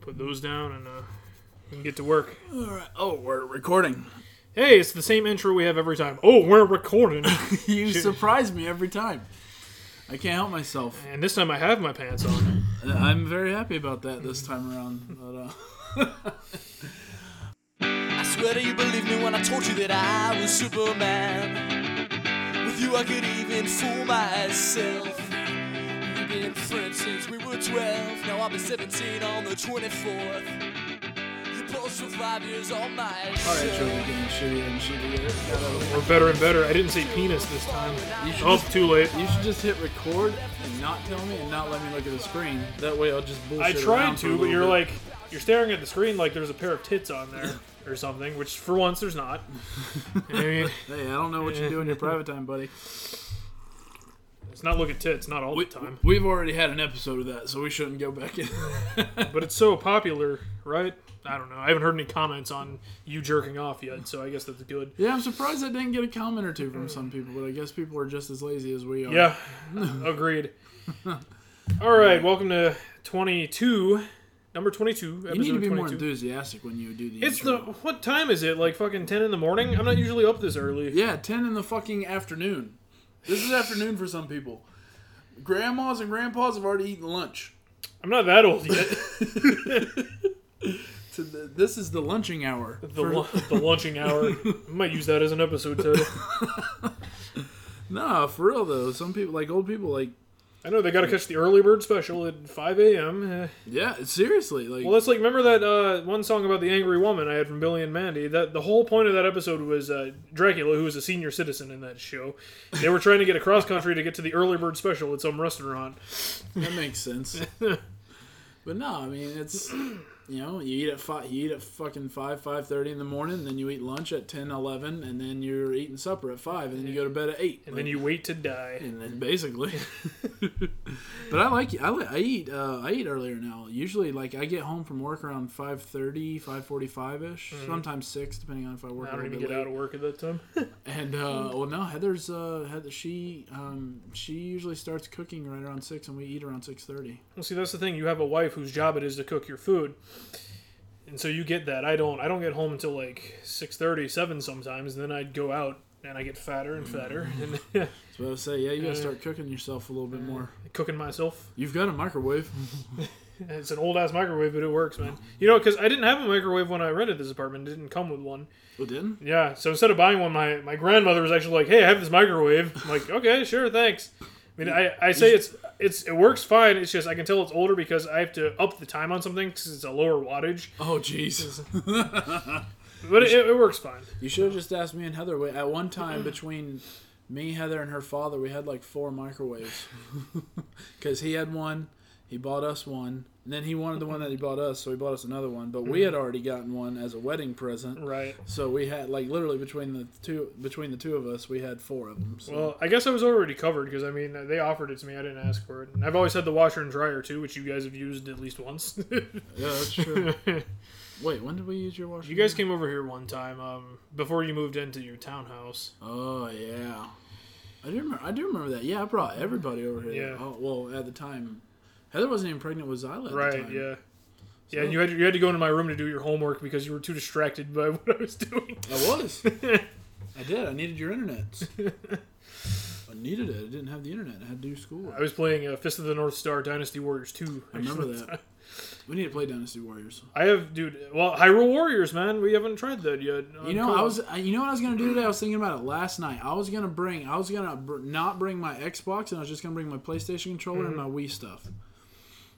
put those down and uh, we can get to work. All right. Oh, we're recording. Hey, it's the same intro we have every time. Oh, we're recording. you surprise me every time. I can't help myself. and this time I have my pants on. I'm very happy about that this time around. But, uh, I swear to you, believe me when I told you that I was Superman. With you, I could even fool myself. We've been friends since we were 12. Now I'll be 17 on the 24th. You posed for five years on my all right, show. Joe, we're getting shittier and shittier. Got out of We're better and better. I didn't say penis this time. You should, Oh, just, too late. you should just hit record and not tell me and not let me look at the screen. That way, I'll just bullshit. I around tried for a to, but little you're bit. like, you're staring at the screen like there's a pair of tits on there or something, which for once there's not. I mean, hey, I don't know what you do in your private time, buddy. it's not look at tits, not all We, the time. we've already had an episode of that, so we shouldn't go back in. But it's so popular, right? I don't know. I haven't heard any comments on you jerking off yet, so I guess that's good. yeah, I'm surprised I didn't get a comment or two from some people, but I guess people are just as lazy as we are. Yeah, agreed. All right, welcome to 22, number 22, episode You need to be 22. more enthusiastic when you do the. it's the intro. what time is it? Like fucking 10 in the morning? I'm not usually up this early. yeah, ten in the fucking afternoon. This is afternoon for some people. Grandmas and grandpas have already eaten lunch. I'm not that old yet. So th- this is the lunching hour. The, for- lu- the launching hour. I might use that as an episode title. nah, for real though. Some people, like old people, like I know they got to catch the early bird special at 5 a.m. Eh. yeah, seriously, like Well, that's like remember that uh, one song about the angry woman I had from Billy and Mandy. That the whole point of that episode was uh, Dracula, who was a senior citizen in that show. They were trying to get across country to get to the early bird special at some restaurant. that makes sense. but no, I mean it's you know you eat at five, you eat at fucking five, five thirty in the morning, then you eat lunch at 10, 11, and then you're eating supper at five, and then you go to bed at eight, And then you wait to die. and then basically. but I like I, li- I eat uh, I eat earlier now. Usually, like I get home from work around 5.30, 5.45 ish, sometimes six, depending on if I Mm-hmm. I work. a don't little even bit get late. out Mm-hmm. of work at that time. And uh, well, no, Heather's uh, Heather, she um, she usually starts cooking right around six, and we eat around six thirty. well, see, that's the thing. You have a wife whose job it is to cook your food, and so you get that. I don't. I don't get home until like 6:30, 7 sometimes, and then I'd go out and I get fatter and fatter Mm. and So I would say, yeah, you Mm-hmm. gotta start cooking yourself a little bit more. cooking myself. You've got a microwave. Mm-hmm. It's an old ass microwave, but it works, man. You know, because I didn't have a microwave when I rented this apartment. It didn't come with one. Oh, didn't? Yeah, so instead of buying one, my, my grandmother was actually like, "Hey, I have this microwave." I'm like, "Okay, sure, thanks." I mean, I, I say it's it's it works fine. It's just I can tell it's older because I have to up the time on something because it's a lower wattage. Oh, jeez. But it, it works fine. You should have just asked me and Heather. We- At one time, between me, Heather, and her father, we had like four microwaves. Because he had one, he bought us one, and then he wanted the one that he bought us, so he bought us another one. But Hmm. we had already gotten one as a wedding present. Right. So we had like literally between the two between the two of us, we had four of them. So. Well, I guess I was already covered because I mean they offered it to me. I didn't ask for it, and I've always had the washer and dryer too, which you guys have used at least once. Yeah, that's true. Wait, when did we use your washer? you guys came over here one time um, before you moved into your townhouse. Oh yeah, I do remember. I do remember that. Yeah, I brought everybody over Yeah. here. Oh, well, at the time, Heather wasn't even pregnant with Zyla. At The Right. time. Yeah. Yeah, you had you had to go into my room to do your homework because you were too distracted by what I was doing. I was. I did. I needed your internet. I needed it. I didn't have the internet. I had to do school. I was playing uh, Fist of the North Star Dynasty Warriors 2. I remember that. We need to play Dynasty Warriors. I have, dude. Well, Hyrule Warriors, man. We haven't tried that yet. You know, I was. I- You know what I was gonna do today? I was thinking about it last night. I was gonna bring. I was gonna br- not bring my Xbox, and I was just gonna bring my PlayStation controller and my Wii stuff.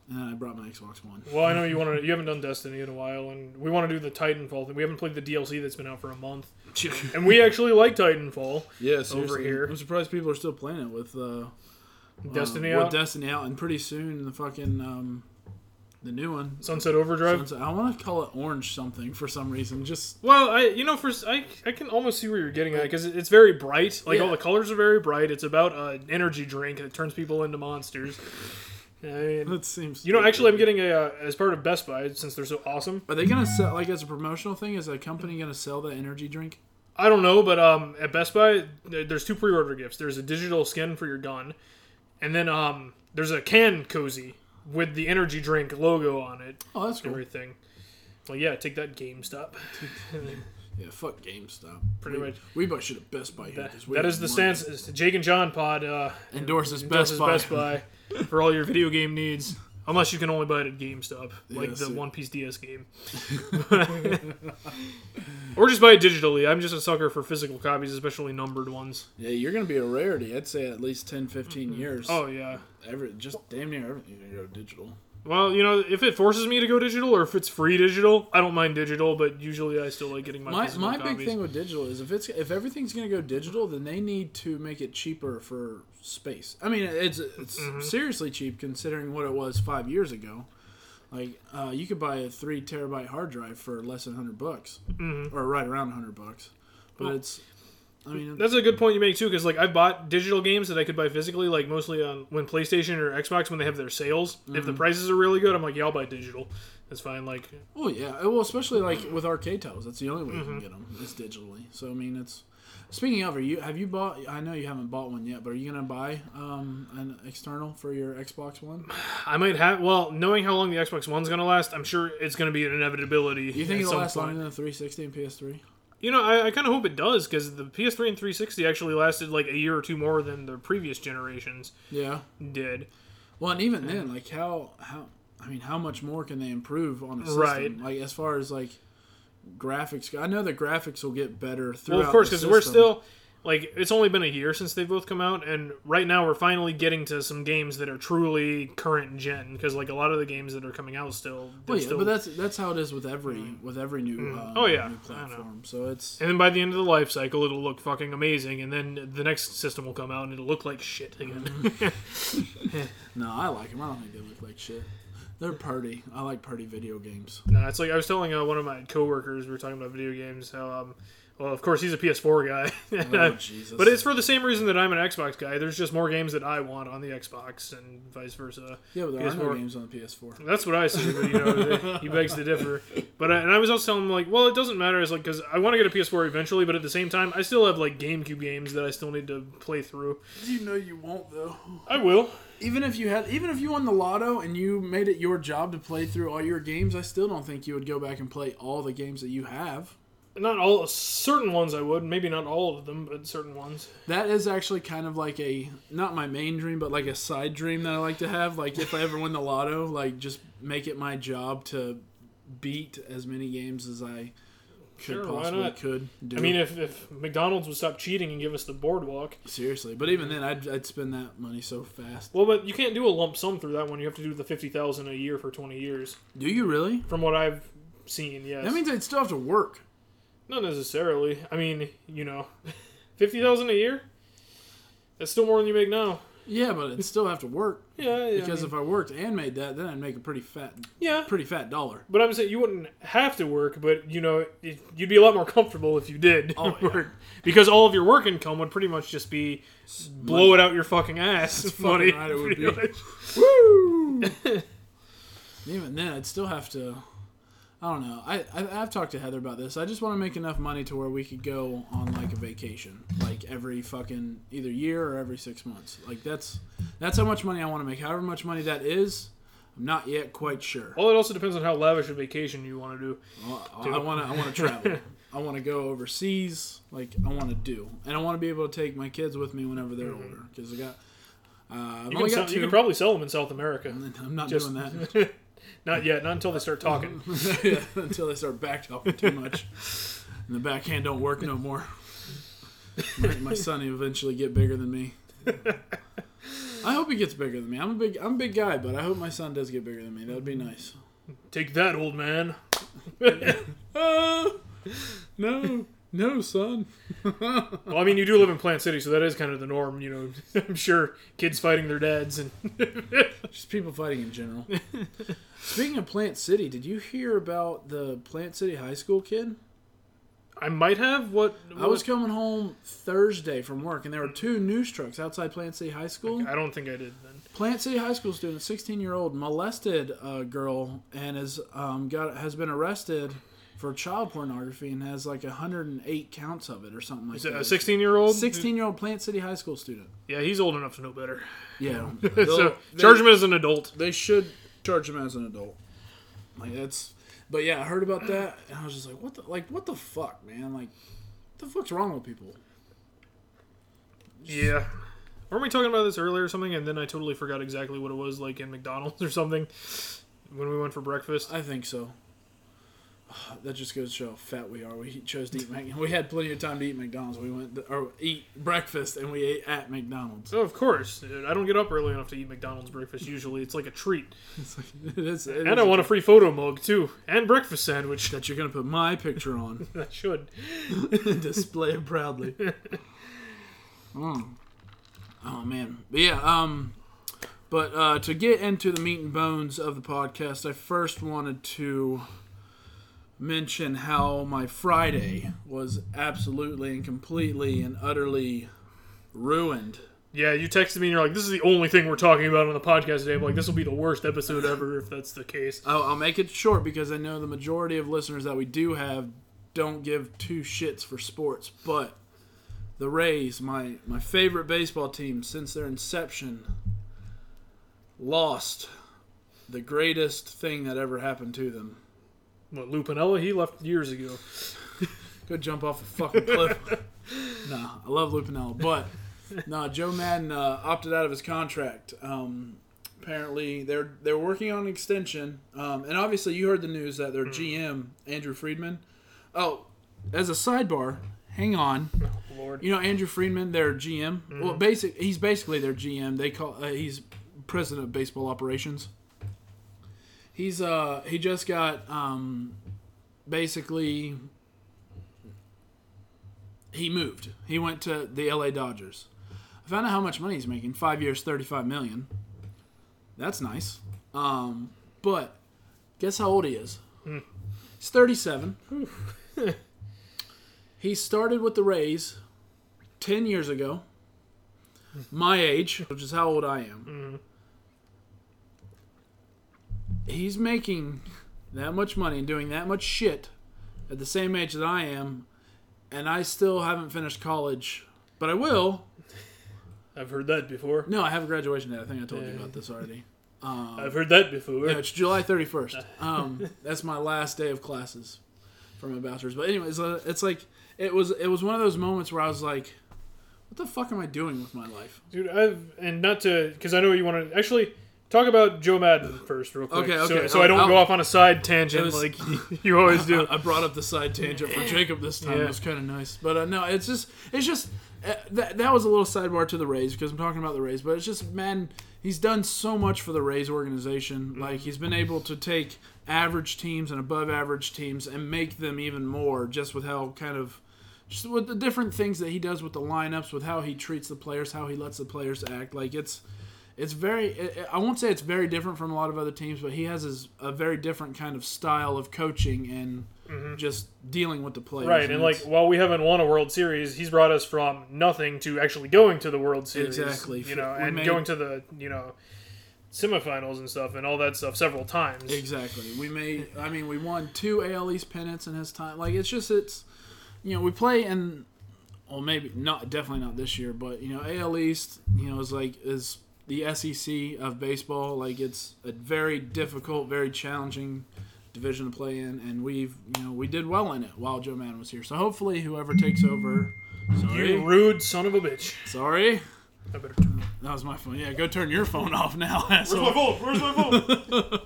And then I brought my Xbox One. Well, I know you want to. You haven't done Destiny in a while, and we want to do the Titanfall thing. We haven't played the DLC that's been out for a month, and we actually like Titanfall. Yeah, seriously. here. I'm surprised people are still playing it with uh, Destiny uh, with out, Destiny out, and pretty soon the fucking um, the new one. Sunset Overdrive. Sunset- I want to call it Orange something for some reason. Just Well, I you know for I, I can almost see where you're getting at because it's very bright. Like all Yeah. the colors are very bright. It's about an energy drink that turns people into monsters. I mean, that seems. you know, actually, I'm getting a uh, as part of Best Buy since they're so awesome. are they gonna sell like as a promotional thing? Is a company gonna sell that energy drink? I don't know, but um, at Best Buy there- there's two pre-order gifts. There's a digital skin for your gun, and then um, there's a can cozy with the energy drink logo on it, Oh, that's cool. everything. Well, yeah, take that GameStop. Yeah, fuck GameStop. Pretty we, much. We both should have Best Buy here. That- 'cause we that have is the money. stance. It's the Jake and John pod uh, Endorses Best endorses Buy. Best Buy for all your video game needs, unless you can only buy it at GameStop, like Yeah, the see. One Piece DS game, or just buy it digitally. I'm just a sucker for physical copies, especially numbered ones. Yeah, you're gonna be a rarity. I'd say at least 10, 15 years. Oh yeah. every just damn near everything's gonna go digital. Well, you know, if it forces me to go digital or if it's free digital, I don't mind digital, but usually I still like getting my My physical my copies. big thing with digital is if it's if everything's gonna go digital, then they need to make it cheaper for space. I mean, it's it's seriously cheap considering what it was five years ago. Like uh, you could buy a three terabyte hard drive for less than hundred bucks, or right around hundred bucks. But it's, I mean, That's a good point you make too, because like I've bought digital games that I could buy physically, like mostly on when PlayStation or Xbox when they have their sales. If the prices are really good, I'm like, yeah, I'll buy digital. That's fine. Like, Oh yeah, well, especially like with arcade titles, that's the only way you can get them is digitally. So I mean, it's. Speaking of, are you have you bought? I know you haven't bought one yet, but are you gonna buy um, an external for your Xbox One? I might have. Well, knowing how long the Xbox One's gonna last, I'm sure it's gonna be an inevitability. You think at it'll some last point. longer than the 360 and PS3? You know, I, I kind of hope it does, because the PS3 and 360 actually lasted like a year or two more than the previous generations Yeah. did. Well, and even then, like how how I mean, how much more can they improve on a system? Right. Like as far as like graphics, go- I know the graphics will get better throughout. Well, of course, the because we're system. still like it's only been a year since they've both come out, and right now we're finally getting to some games that are truly current gen. Because like a lot of the games that are coming out still, they're Well, Oh, yeah, still Mm-hmm. but that's that's how it is with every with every new uh, Oh, yeah. new I know. platform. So it's and then by the end of the life cycle, it'll look fucking amazing, and then the next system will come out and it'll look like shit again. No, I like them. I don't think they look like shit. They're party. I like party video games. no, it's like I was telling uh, one of my coworkers we were talking about video games how um. Well, of course, he's a PS4 guy, Uh, Oh, Jesus. but it's for the same reason that I'm an Xbox guy. There's just more games that I want on the Xbox, and vice versa. yeah, but there are no PS4. games on the PS4. That's what I see, but you know, he begs to differ. But I, and I was also telling him like, well, it doesn't matter, is like because I want to get a PS4 eventually, but at the same time, I still have like GameCube games that I still need to play through. You know you won't though. I will. Even if you had, even if you won the lotto and you made it your job to play through all your games, I still don't think you would go back and play all the games that you have. Not all certain ones I would, maybe not all of them, but certain ones. That is actually kind of like a not my main dream, but like a side dream that I like to have. Like if I ever win the lotto, like just make it my job to beat as many games as I could Sure, why possibly not? could. Do. I mean, if, if McDonald's would stop cheating and give us the boardwalk, Seriously, but even then, I'd, I'd spend that money so fast. well, but you can't do a lump sum through that one. You have to do the fifty thousand a year for twenty years, Do you really? from what I've seen. Yes, That means I'd still have to work. not necessarily. I mean, you know, fifty thousand a year. That's still more than you make now. Yeah, but I'd still have to work Yeah, yeah. because I mean- if I worked and made that, then I'd make a pretty fat, Yeah, pretty fat dollar. but I'm saying you wouldn't have to work, but you know it, you'd be a lot more comfortable if you did Oh, yeah. work because all of your work income would pretty much just be blow it out your fucking ass money. fucking right, it would pretty be. much. Woo! even then, I'd still have to. I don't know. I, I I've talked to Heather about this. I just want to make enough money to where we could go on like a vacation, like every fucking either year or every six months. Like that's that's how much money I want to make. However much money that is, I'm not yet quite sure. Well, it also depends on how lavish a vacation you want to do. I want to. I want to travel. I want to go overseas. Like I want to do, and I want to be able to take my kids with me whenever they're older. Because I got. Uh, I've Mm-hmm. You can, only got sell, you two. can probably sell them in South America. I'm not just- doing that Not yet. Not until they start talking. Yeah, until they start back talking too much, and the backhand don't work no more. My, my son will eventually get bigger than me. I hope he gets bigger than me. I'm a big. I'm a big guy, but I hope my son does get bigger than me. That would be nice. Take that, old man. Oh, no, no, son. Well, I mean, you do live in Plant City, so that is kind of the norm. You know, I'm sure kids fighting their dads and Just people fighting in general. Speaking of Plant City, did you hear about the Plant City High School kid? I might have what I was coming home Thursday from work, and there were two news trucks outside Plant City High School. I don't think I did then. Plant City High School student, uh, 16 year old, molested a girl and has um, got has been arrested for child pornography and has like 108 counts of it or something like Is it that. a 16 year old? 16 year old Plant City High School student. Yeah, he's old enough to know better. Yeah. so they- charge him as an adult. they should charge him as an adult. Like that's, but yeah, I heard about that and I was just like, what the like what the fuck, man? Like, what the fuck's wrong with people? Yeah. Weren't we talking about this earlier or something? And then I totally forgot exactly what it was like in McDonald's or something when we went for breakfast. I think so. That just goes to show how fat we are. We chose to eat Mac. We had plenty of time to eat McDonald's. We went or eat breakfast and we ate at McDonald's. Oh, of course. dude. I don't get up early enough to eat McDonald's breakfast usually. It's like a treat. It's like, it is, it And is- I want a free photo mug, too. And breakfast sandwich. that you're gonna put my picture on I should. and display it proudly. Mm. Oh man, but yeah. Um, but uh, to get into the meat and bones of the podcast, I first wanted to mention how my Friday was absolutely and completely and utterly ruined. Yeah, you texted me and you're like, this is the only thing we're talking about on the podcast today. I'm like, this will be the worst episode ever if that's the case. I'll, I'll make it short because I know the majority of listeners that we do have don't give two shits for sports, but the Rays, my my favorite baseball team since their inception, lost the greatest thing that ever happened to them. What, Lou Pinella? He left years ago. Go jump off a fucking cliff. nah, I love Lupinella, but nah, Joe Madden uh, opted out of his contract. Um, apparently, they're they're working on an extension, um, and obviously, you heard the news that their GM Andrew Friedman. Oh, as a sidebar, hang on. Lord. You know Andrew Friedman, their GM. Well, basic, he's basically their GM. They call uh, he's president of baseball operations. He's uh he just got um basically he moved. He went to the LA Dodgers. I found out how much money he's making. Five years, thirty-five million. That's nice. Um, but guess how old he is? He's thirty-seven. he started with the Rays ten years ago. My age, which is how old I am. He's making that much money and doing that much shit at the same age that I am, and I still haven't finished college, but I will. I've heard that before. No, I have a graduation date. I think I told you about this already. I've heard that before. Yeah, it's July 31st. Um, that's my last day of classes for my bachelor's. But anyways, uh, it's like it was it was one of those moments where I was like, what the fuck am I doing with my life? Dude, I've and not to because I know you want to actually talk about Joe Madden first, real quick. Okay, so, okay, So I don't I'll- go off on a side tangent It was- like you always do. I brought up the side tangent for Jacob this time. Yeah. It was kind of nice, but uh, no, it's just it's just uh, that that was a little sidebar to the Rays because I'm talking about the Rays, but it's just man, he's done so much for the Rays organization. Mm-hmm. Like he's been able to take average teams and above average teams and make them even more just with how kind of just with the different things that he does with the lineups, with how he treats the players, how he lets the players act. Like it's it's very i I- I won't say it's very different from a lot of other teams but he has his, a very different kind of style of coaching and just dealing with the players Mm-hmm. Right, and like it's- while we haven't won a World Series, he's brought us from nothing to actually going to the World Series. Exactly. You know, We and made- going to the you know semifinals and stuff and all that stuff several times. exactly we made i mean we won two al east pennants in his time like it's just it's you know we play in well maybe not definitely not this year but you know al east you know is like is the sec of baseball like it's a very difficult very challenging division to play in, and we've you know we did well in it while Joe Madden was here. So hopefully, whoever takes over, You sorry, rude son of a bitch. sorry, I better turn. that was my phone. Yeah, go turn your phone off now. Where's asshole. my phone? Where's my phone?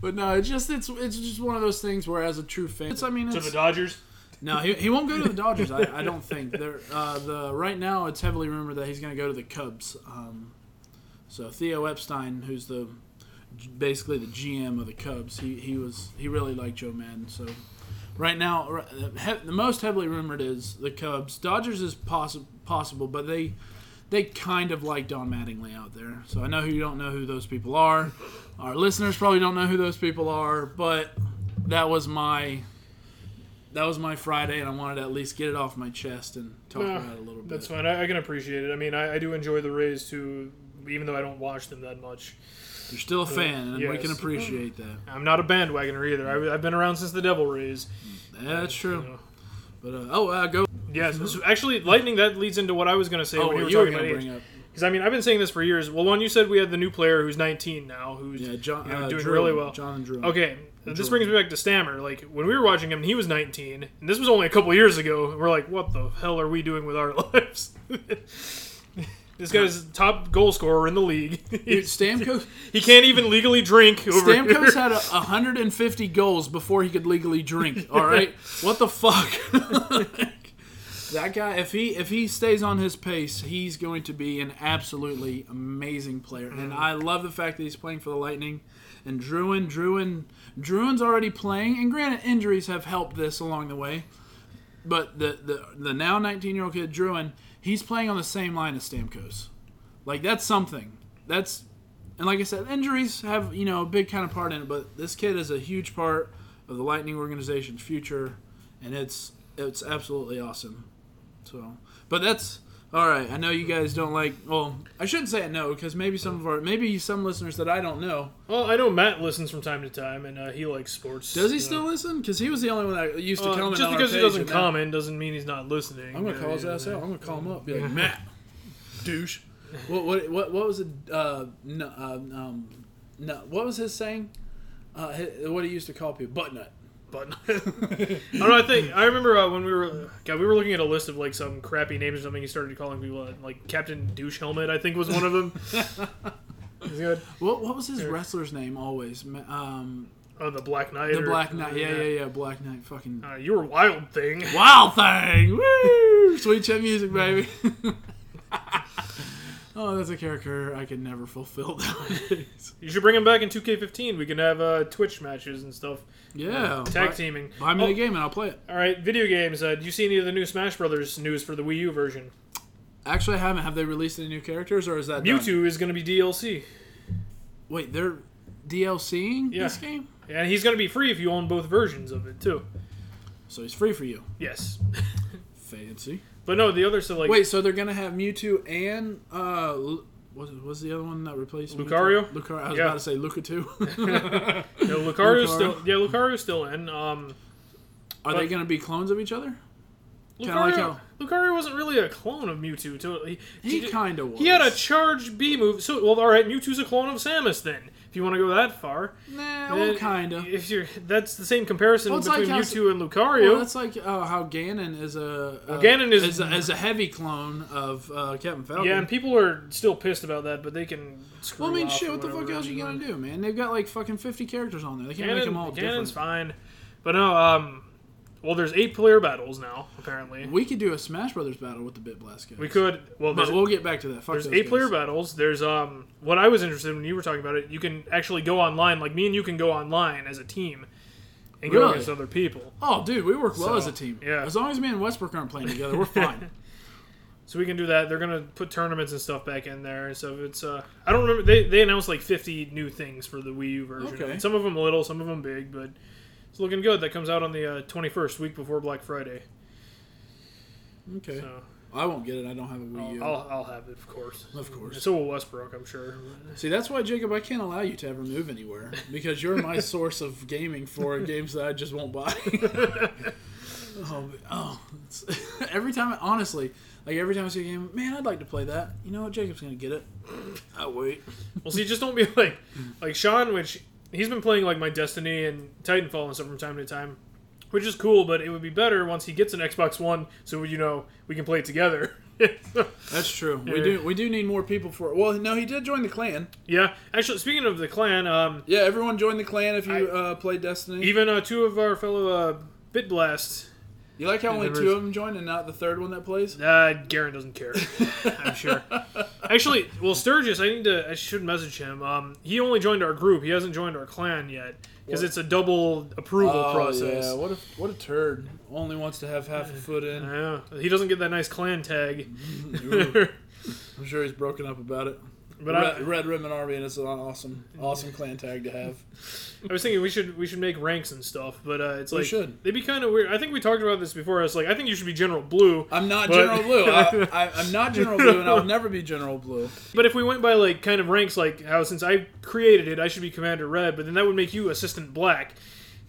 But no, it's just it's it's just one of those things where as a true fan, it's, I mean, to it's, the Dodgers. no, he, he won't go to the Dodgers. I, I don't think. They're, uh, the right now it's heavily rumored that he's going to go to the Cubs. Um, so Theo Epstein, who's the basically the GM of the Cubs, he, he was he really liked Joe Madden. So right now, r- the he- the most heavily rumored is the Cubs. Dodgers is possi- possible, but they they kind of like Don Mattingly out there. So I know you don't know who those people are. Our listeners probably don't know who those people are, but that was my that was my Friday, and I wanted to at least get it off my chest and talk Nah, about it a little bit. That's fine. I, I can appreciate it. I mean, I, I do enjoy the Rays too, even though I don't watch them that much. You're still a fan, and we can Uh, Yes. appreciate that. I'm not a bandwagoner either. I, I've been around since the Devil Rays. That's Yeah. true. But uh, oh, uh, go. Yes, this- actually, lightning. That leads into what I was going to say Oh, when you you, were were talking gonna about bring age. up? Because I mean, I've been saying this for years. Well, one, you said we had the new player who's 19 now, who's Yeah, John. you know, uh, doing Drew, really well. John and Drew. Okay, this brings me back to Stammer. Like when we were watching him, he was 19, and this was only a couple years ago. and We're like, what the hell are we doing with our lives? this guy's top goal scorer in the league. Dude, Stamkos. he can't even legally drink. Over here. Stamkos had a, 150 goals before he could legally drink. All right, what the fuck? that guy, if he if he stays on his pace, he's going to be an absolutely amazing player. Mm. And I love the fact that he's playing for the Lightning. And Druin, Druin, Druin's already playing. And granted, injuries have helped this along the way. But the the, the now 19 year old kid Druin, he's playing on the same line as Stamkos. Like that's something. That's and like I said, injuries have you know a big kind of part in it, but this kid is a huge part of the Lightning organization's future, and it's it's absolutely awesome. So, but that's all right. I know you guys don't like. Well, I shouldn't say it no because maybe some of our maybe some listeners that I don't know Well, I know Matt listens from time to time, and uh, he likes sports. does he you know. still listen? Because he was the only one that used to Uh, comment. just on our because he page, doesn't and now- comment doesn't mean he's not listening. I'm gonna call his Yeah, ass yeah. out. I'm gonna call him up. Be like Matt, douche. What what what what was it? Uh, no, uh, um, no, what was his saying? Uh, hi- what he used to call people, butt nut. But I don't know. I think I remember uh, when we were God, we were looking at a list of like some crappy names or something. He started calling people uh, like Captain Douche Helmet. I think was one of them. He's good. What what was his wrestler's name always? Ma- Um, Uh, the Black Knight. the or- Black Knight. Yeah, yeah, yeah. Black Knight. Fucking Uh, you were Wild Thing. Wild Thing. Woo! Sweet chin music, baby. oh, that's a character I could never fulfill. nowadays. You should bring him back in 2K15. We can have uh, Twitch matches and stuff. yeah. Tag buy- teaming. Buy me Oh, the game and I'll play it. All right, video games. Uh, do you see any of the new Smash Brothers news for the Wii U version? Actually, I haven't. Have they released any new characters, or is that done? Mewtwo is going to be DLC, Wait, they're DLCing Yeah. this game, and he's going to be free if you own both versions of it too. so he's free for you. Yes, Fancy. but no, the other so like Wait, so they're gonna have Mewtwo and uh, Lu- what was the other one that replaced Mewtwo? Lucario? Lucario. I was Yeah. about to say Lucario. no, Lucario's Lucario. still yeah, Lucario's still in. Um, Are they But- gonna be clones of each other? Kinda like Lucario, Lucario wasn't really a clone of Mewtwo. To, he, He kind of was. he had a charge B move. So well, all right, Mewtwo's a clone of Samus then. If you want to go that far, nah, well, Then kind of. If you're that's the same comparison Well, it's between like how- Mewtwo and Lucario. Well, that's like uh, how Ganon is a uh, Ganon is- a, is a heavy clone of uh, Captain Falcon. yeah, and people are still pissed about that, but they can. Screw well, I mean, off shit. or What the fuck whatever. else you gonna do, man? They've got like fucking fifty characters on there. They can't Ganon, make them all Ganon's different. fine, but no. Um, well, there's eight player battles now. Apparently, We could do a Smash Brothers battle with the Bit Blast guys. we could. Well, But there's- we'll get back to that. Fuck There's those eight player guys. battles. There's um what I was interested in when you were talking about it. You can actually go online. Like me and you can go online as a team and go Really? against other people. Oh, dude, we work well So, as a team. yeah. As long as me and Westbrook aren't playing together, we're fine. So we can do that. They're gonna put tournaments and stuff back in there. So it's uh I don't remember. They they announced like 50 new things for the Wii U version. Okay. Some of them little, some of them big, but it's looking good. That comes out on the uh, 21st, week before Black Friday. okay. So I won't get it. I don't have a Wii U. I'll, I'll I'll have it, of course. of course. So will Westbrook, I'm sure. See, that's why Jacob, I can't allow you to ever move anywhere because you're my source of gaming for games that I just won't buy. oh, but- oh it's, every time, honestly, like every time I see a game, man, I'd like to play that. You know what? Jacob's gonna get it. I wait. Well, see, just don't be like like Sean, which he's been playing like my Destiny and Titanfall and stuff from time to time, which is cool. But it would be better once he gets an Xbox One, so you know we can play it together. That's true. We Yeah. do. We do need more people for. Well, no, he did join the clan. yeah. Actually, speaking of the clan, um, Yeah, everyone join the clan if you I- uh, play Destiny. even uh, two of our fellow uh, Bitblast, You like how only there two is- of them joined and not the third one that plays? uh, Garen doesn't care. I'm sure. Actually, well, Sturgis, I need to. I should message him. Um, he only joined our group. He hasn't joined our clan yet because What? Oh, it's a double approval process. yeah, what a what a turd! Only wants to have half a foot in. Yeah, he doesn't get that nice clan tag. Ooh, I'm sure he's broken up about it. But I, Red, Red Ribbon Army, and it's an awesome, awesome clan tag to have. I was thinking we should we should make ranks and stuff, but uh, it's We like should. they'd be kind of weird. I think we talked about this before. I was like, I think you should be General Blue. I'm not But- General Blue. I, I, I'm not General Blue, and I'll never be General Blue. But if we went by like kind of ranks, like how since I created it, I should be Commander Red, but then that would make you Assistant Black,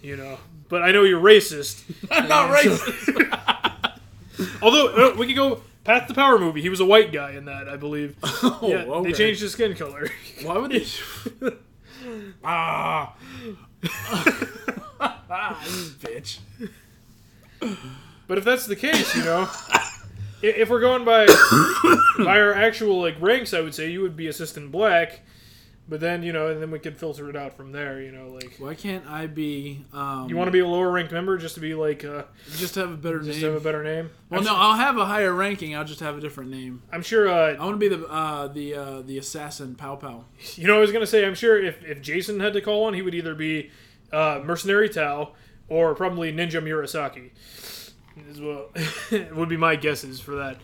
you know. But I know you're racist. I'm not racist. Although uh, we could go Path to Power movie. He was a white guy in that, I believe. Oh, yeah, okay. they changed his skin color. Why would they? ah, you bitch. But if that's the case, you know, i- if we're going by by our actual like ranks, I would say you would be assistant black. But then you know, and then we could filter it out from there. You know, like Why can't I be? Um, you want to be a lower ranked member just to be like uh, just have a better just to name? have a better name. well, I'm, no, I'll have a higher ranking. I'll just have a different name. I'm sure. I Uh, want to be the uh, the uh, the assassin Pow Pow. you know, I was gonna say I'm sure if if Jason had to call one, he would either be uh, mercenary Tao or probably Ninja Murasaki. As well, would be my guesses for that.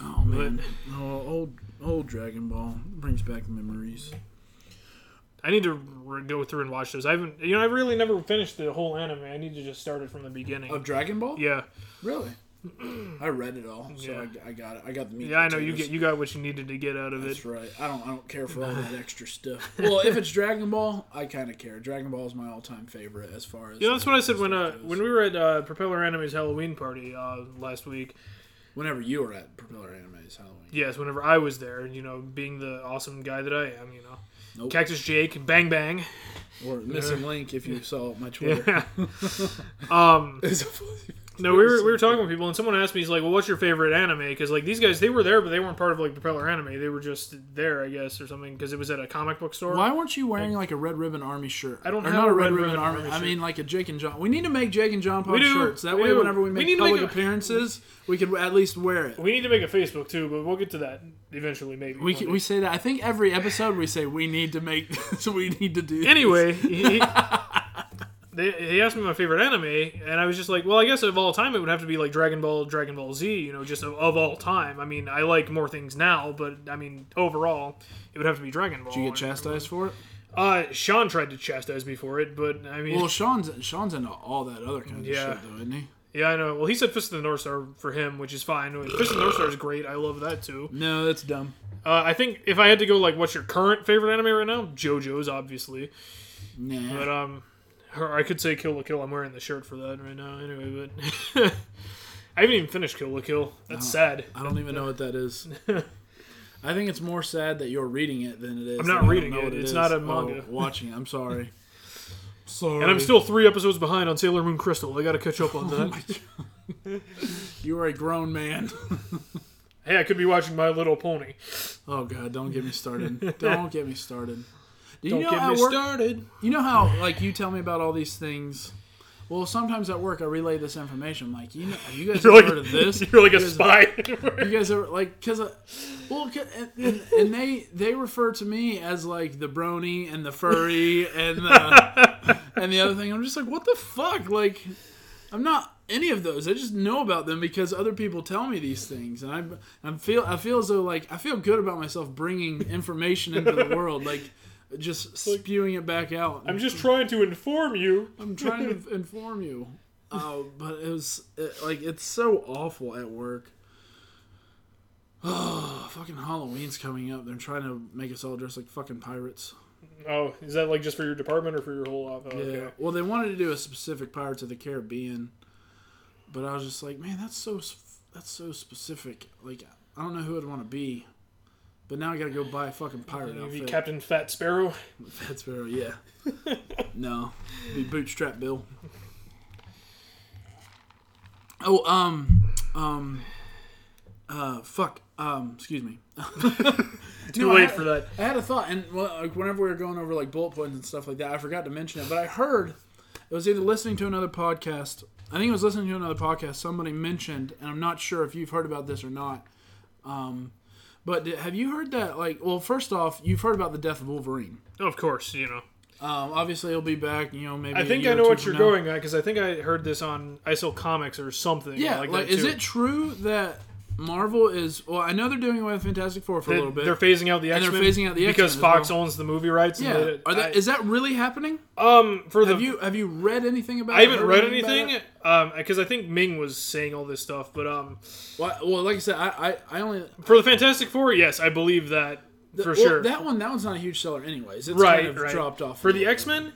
Oh man, oh, old old Dragon Ball brings back memories. I need to re- go through and watch those. I haven't, you know, I really never finished the whole anime. I need to just start it from the beginning. Of Dragon Ball? yeah, Really? I read it all, so Yeah. I, I got it. I got the meat. yeah, I know you potatoes. get you got what you needed to get out of it. That's right. I don't. I don't care for all that extra stuff. Well, if it's Dragon Ball, I kind of care. Dragon Ball is my all-time favorite as far as You know, that's what I said when uh, when we were at uh, Propeller Anime's Halloween party uh, last week. whenever you were at Propeller Anime's Halloween. Yes, whenever I was there, you know, being the awesome guy that I am, you know, Nope. Cactus Jake, Bang Bang. Or Missing Link, if you saw my Twitter. Yeah. um, It's a funny- no, we were, we were talking with people, and someone asked me, he's like, "Well, what's your favorite anime?" Because like these guys, they were there, but they weren't part of like Propeller Anime. They were just there, I guess, or something, because it was at a comic book store. Why weren't you wearing like a Red Ribbon Army shirt? I don't or have not a a Red, Red Ribbon, Ribbon Army. Army I shirt. mean, like a Jake and John. We need to make Jake and John Pop do. shirts. That We way, do. whenever we We make need to make public a- appearances, we could at least wear it. We need to make a Facebook too, but we'll get to that eventually, maybe. We, one can, day. we say that. I think every episode we say we need to make. so we need to do. this. anyway, he, he- they, he asked me my favorite anime, and I was just like, well, I guess of all time, it would have to be like Dragon Ball, Dragon Ball Z, you know, just of, of all time. I mean, I like more things now, but I mean, overall, it would have to be Dragon Ball. Did you get chastised for it? Uh, Sean tried to chastise me for it, but I mean, Well, Sean's Sean's into all that other kind of Yeah. shit, though, isn't he? yeah, I know. Well, he said Fist of the North Star for him, which is fine. Fist of the North Star is great. I love that too. No, that's dumb. Uh, I think if I had to go, like, what's your current favorite anime right now? JoJo's, obviously. Nah. But um, or I could say Kill the Kill. I'm wearing the shirt for that right now. Anyway, but I haven't even finished Kill the Kill. That's Oh, sad. I don't even know what that is. I think it's more sad that you're reading it than it is. I'm that not I don't reading know it. what It's is. not a Oh, manga. watching. it. I'm sorry. Sorry. And I'm still three episodes behind on Sailor Moon Crystal. I got to catch up on that. You are a grown man. hey, I could be watching My Little Pony. Oh god, don't get me started. Don't get me started. Do you Don't know get at me work? started. you know how like you tell me about all these things. Well, sometimes at work I relay this information. I'm like, you know, have you guys You're ever like, heard of this? You're like You a guys- spy. You guys ever like because, well, 'cause- and, and, and they they refer to me as like the brony and the furry and the and the other thing. I'm just like, what the fuck? Like, I'm not any of those. I just know about them because other people tell me these things, and I'm I'm feel I feel as though like I feel good about myself bringing information into the world, like just spewing it back out. I'm just trying to inform you. I'm trying to inform you. Oh, but it was it, like it's so awful at work. Oh, fucking Halloween's coming up. They're trying to make us all dress like fucking pirates. Oh, is that like just for your department or for your whole office? Yeah. Okay. Well, they wanted to do a specific Pirates of the Caribbean, but I was just like, man, that's so s- that's so specific. Like, I don't know who I'd want to be. But now I gotta go buy a fucking pirate You be outfit. Captain Fat Sparrow. That's very yeah. no, be bootstrap Bill. Oh um um uh fuck um excuse me. Too No, I late had- for that. I had a thought, and well, like, whenever we were going over like bullet points and stuff like that, I forgot to mention it. But I heard it was either listening to another podcast. I think it was listening to another podcast. Somebody mentioned, and I'm not sure if you've heard about this or not. Um, but did, have you heard that? Like, well, first off, you've heard about the death of Wolverine. Of course, you know. Um, obviously, he'll be back. You know, maybe. I a think year I or know two what from you're now. going at because I think I heard this on ISO Comics or something. Yeah, like, like, that is too. it true that Marvel is well. I know they're doing away with Fantastic Four for a They, little bit. are phasing out the And X Men. they're phasing out the because X-Men as Fox well. owns the movie rights. yeah, And they- Are that, I- is that really happening? um for the Have you have you read anything about? I it? haven't Heard read about anything it? um because I think Ming was saying all this stuff, but um Well, I- well, like I said, I I, I only for the Fantastic Four, yes, I believe that for well, sure. that one that one's not a huge seller anyways. It's right, kind of right. dropped off for the X Men.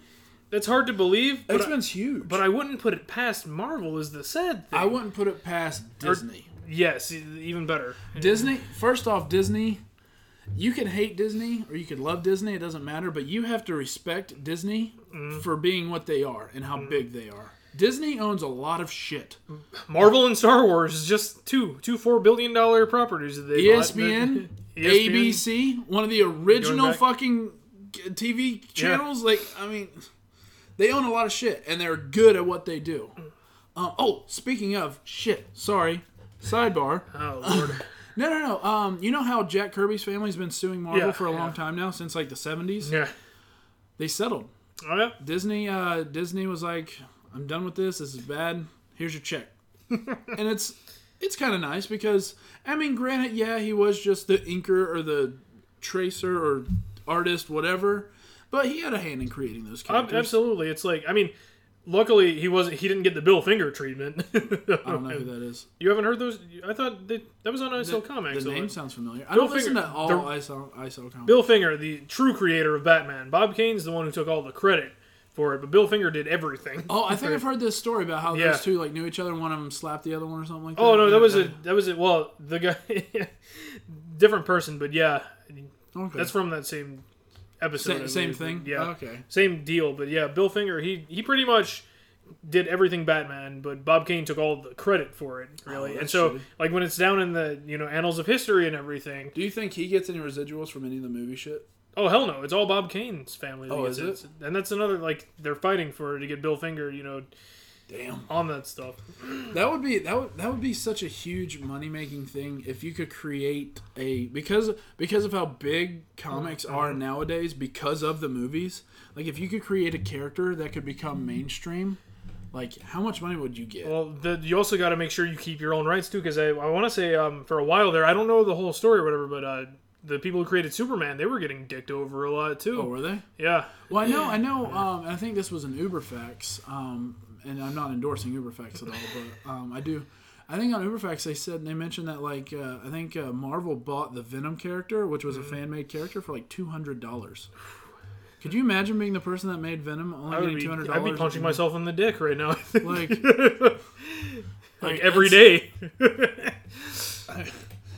That's hard to believe, but X I, Men's huge, but I wouldn't put it past Marvel. Is the sad thing? I wouldn't put it past Disney. yes, e- even better. Disney, first off, Disney. You can hate Disney or you could love Disney. It doesn't matter, but you have to respect Disney for being what they are and how big they are. Disney owns a lot of shit. Marvel and Star Wars is just two two four billion dollar properties that they E bought. E ESPN, ESPN. ABC, one of the original back. fucking TV channels. Like, I mean, they own a lot of shit, and they're good at what they do. Um, oh, speaking of shit, sorry. Sidebar. Oh lord, No, no, no. Um, you know how Jack Kirby's family's been suing Marvel Yeah, for a long yeah. time now, since like the '70s. yeah. They settled. Oh yeah. Disney. Uh, Disney was like, "I'm done with this. This is bad. Here's your check." and it's it's kind of nice because I mean, granted, yeah, he was just the inker or the tracer or artist, whatever, but he had a hand in creating those Ab- characters. Um, absolutely. It's like I mean, luckily he wasn't. He didn't get the Bill Finger treatment. I don't know who that is. You haven't heard those? I thought they, that was on ISO The Comics. so- name sounds familiar. I Bill don't listen Finger- to all the- ISO ISO comics. Bill Finger, the true creator of Batman. Bob Kane's the one who took all the credit for it, but Bill Finger did everything. Oh, I think I've heard this story about how Yeah. those two like knew each other. and One of them slapped the other one or something like that. Oh no, Yeah, that was I- a that was it. Well, the guy, different person, but yeah, Okay. that's from that same episode. Sa- I same believe. thing? Oh, Yeah. Okay. Same deal, but yeah, Bill Finger, he he pretty much did everything Batman, but Bob Kane took all the credit for it, really. that's and so, shitty. like when it's down in the you know annals of history and everything, Do you think he gets any residuals from any of the movie shit? Oh hell no! It's all Bob Kane's family. That Oh, gets is it. And that's another like they're fighting for to get Bill Finger, you know, Damn. on that stuff. That would be that would that would be such a huge money making thing if you could create a because because of how big comics are nowadays because of the movies. Like if you could create a character that could become mainstream, like how much money would you get? Well, the, you also got to make sure you keep your own rights too, because I, I want to say um, for a while there, I don't know the whole story or whatever, but uh, the people who created Superman, they were getting dicked over a lot too. Oh, were they? yeah, Well, I know, I know. Um, and I think this was an Uberfax, um, and I'm not endorsing Uberfax at all, but um, I do. I think on Uberfax they said they mentioned that like uh, I think uh, Marvel bought the Venom character, which Mm-hmm. was a fan made character, for like two hundred dollars. Could you imagine being the person that made Venom only I would getting be, two hundred I'd dollars? be punching myself in the dick right now. I think. like, like every day.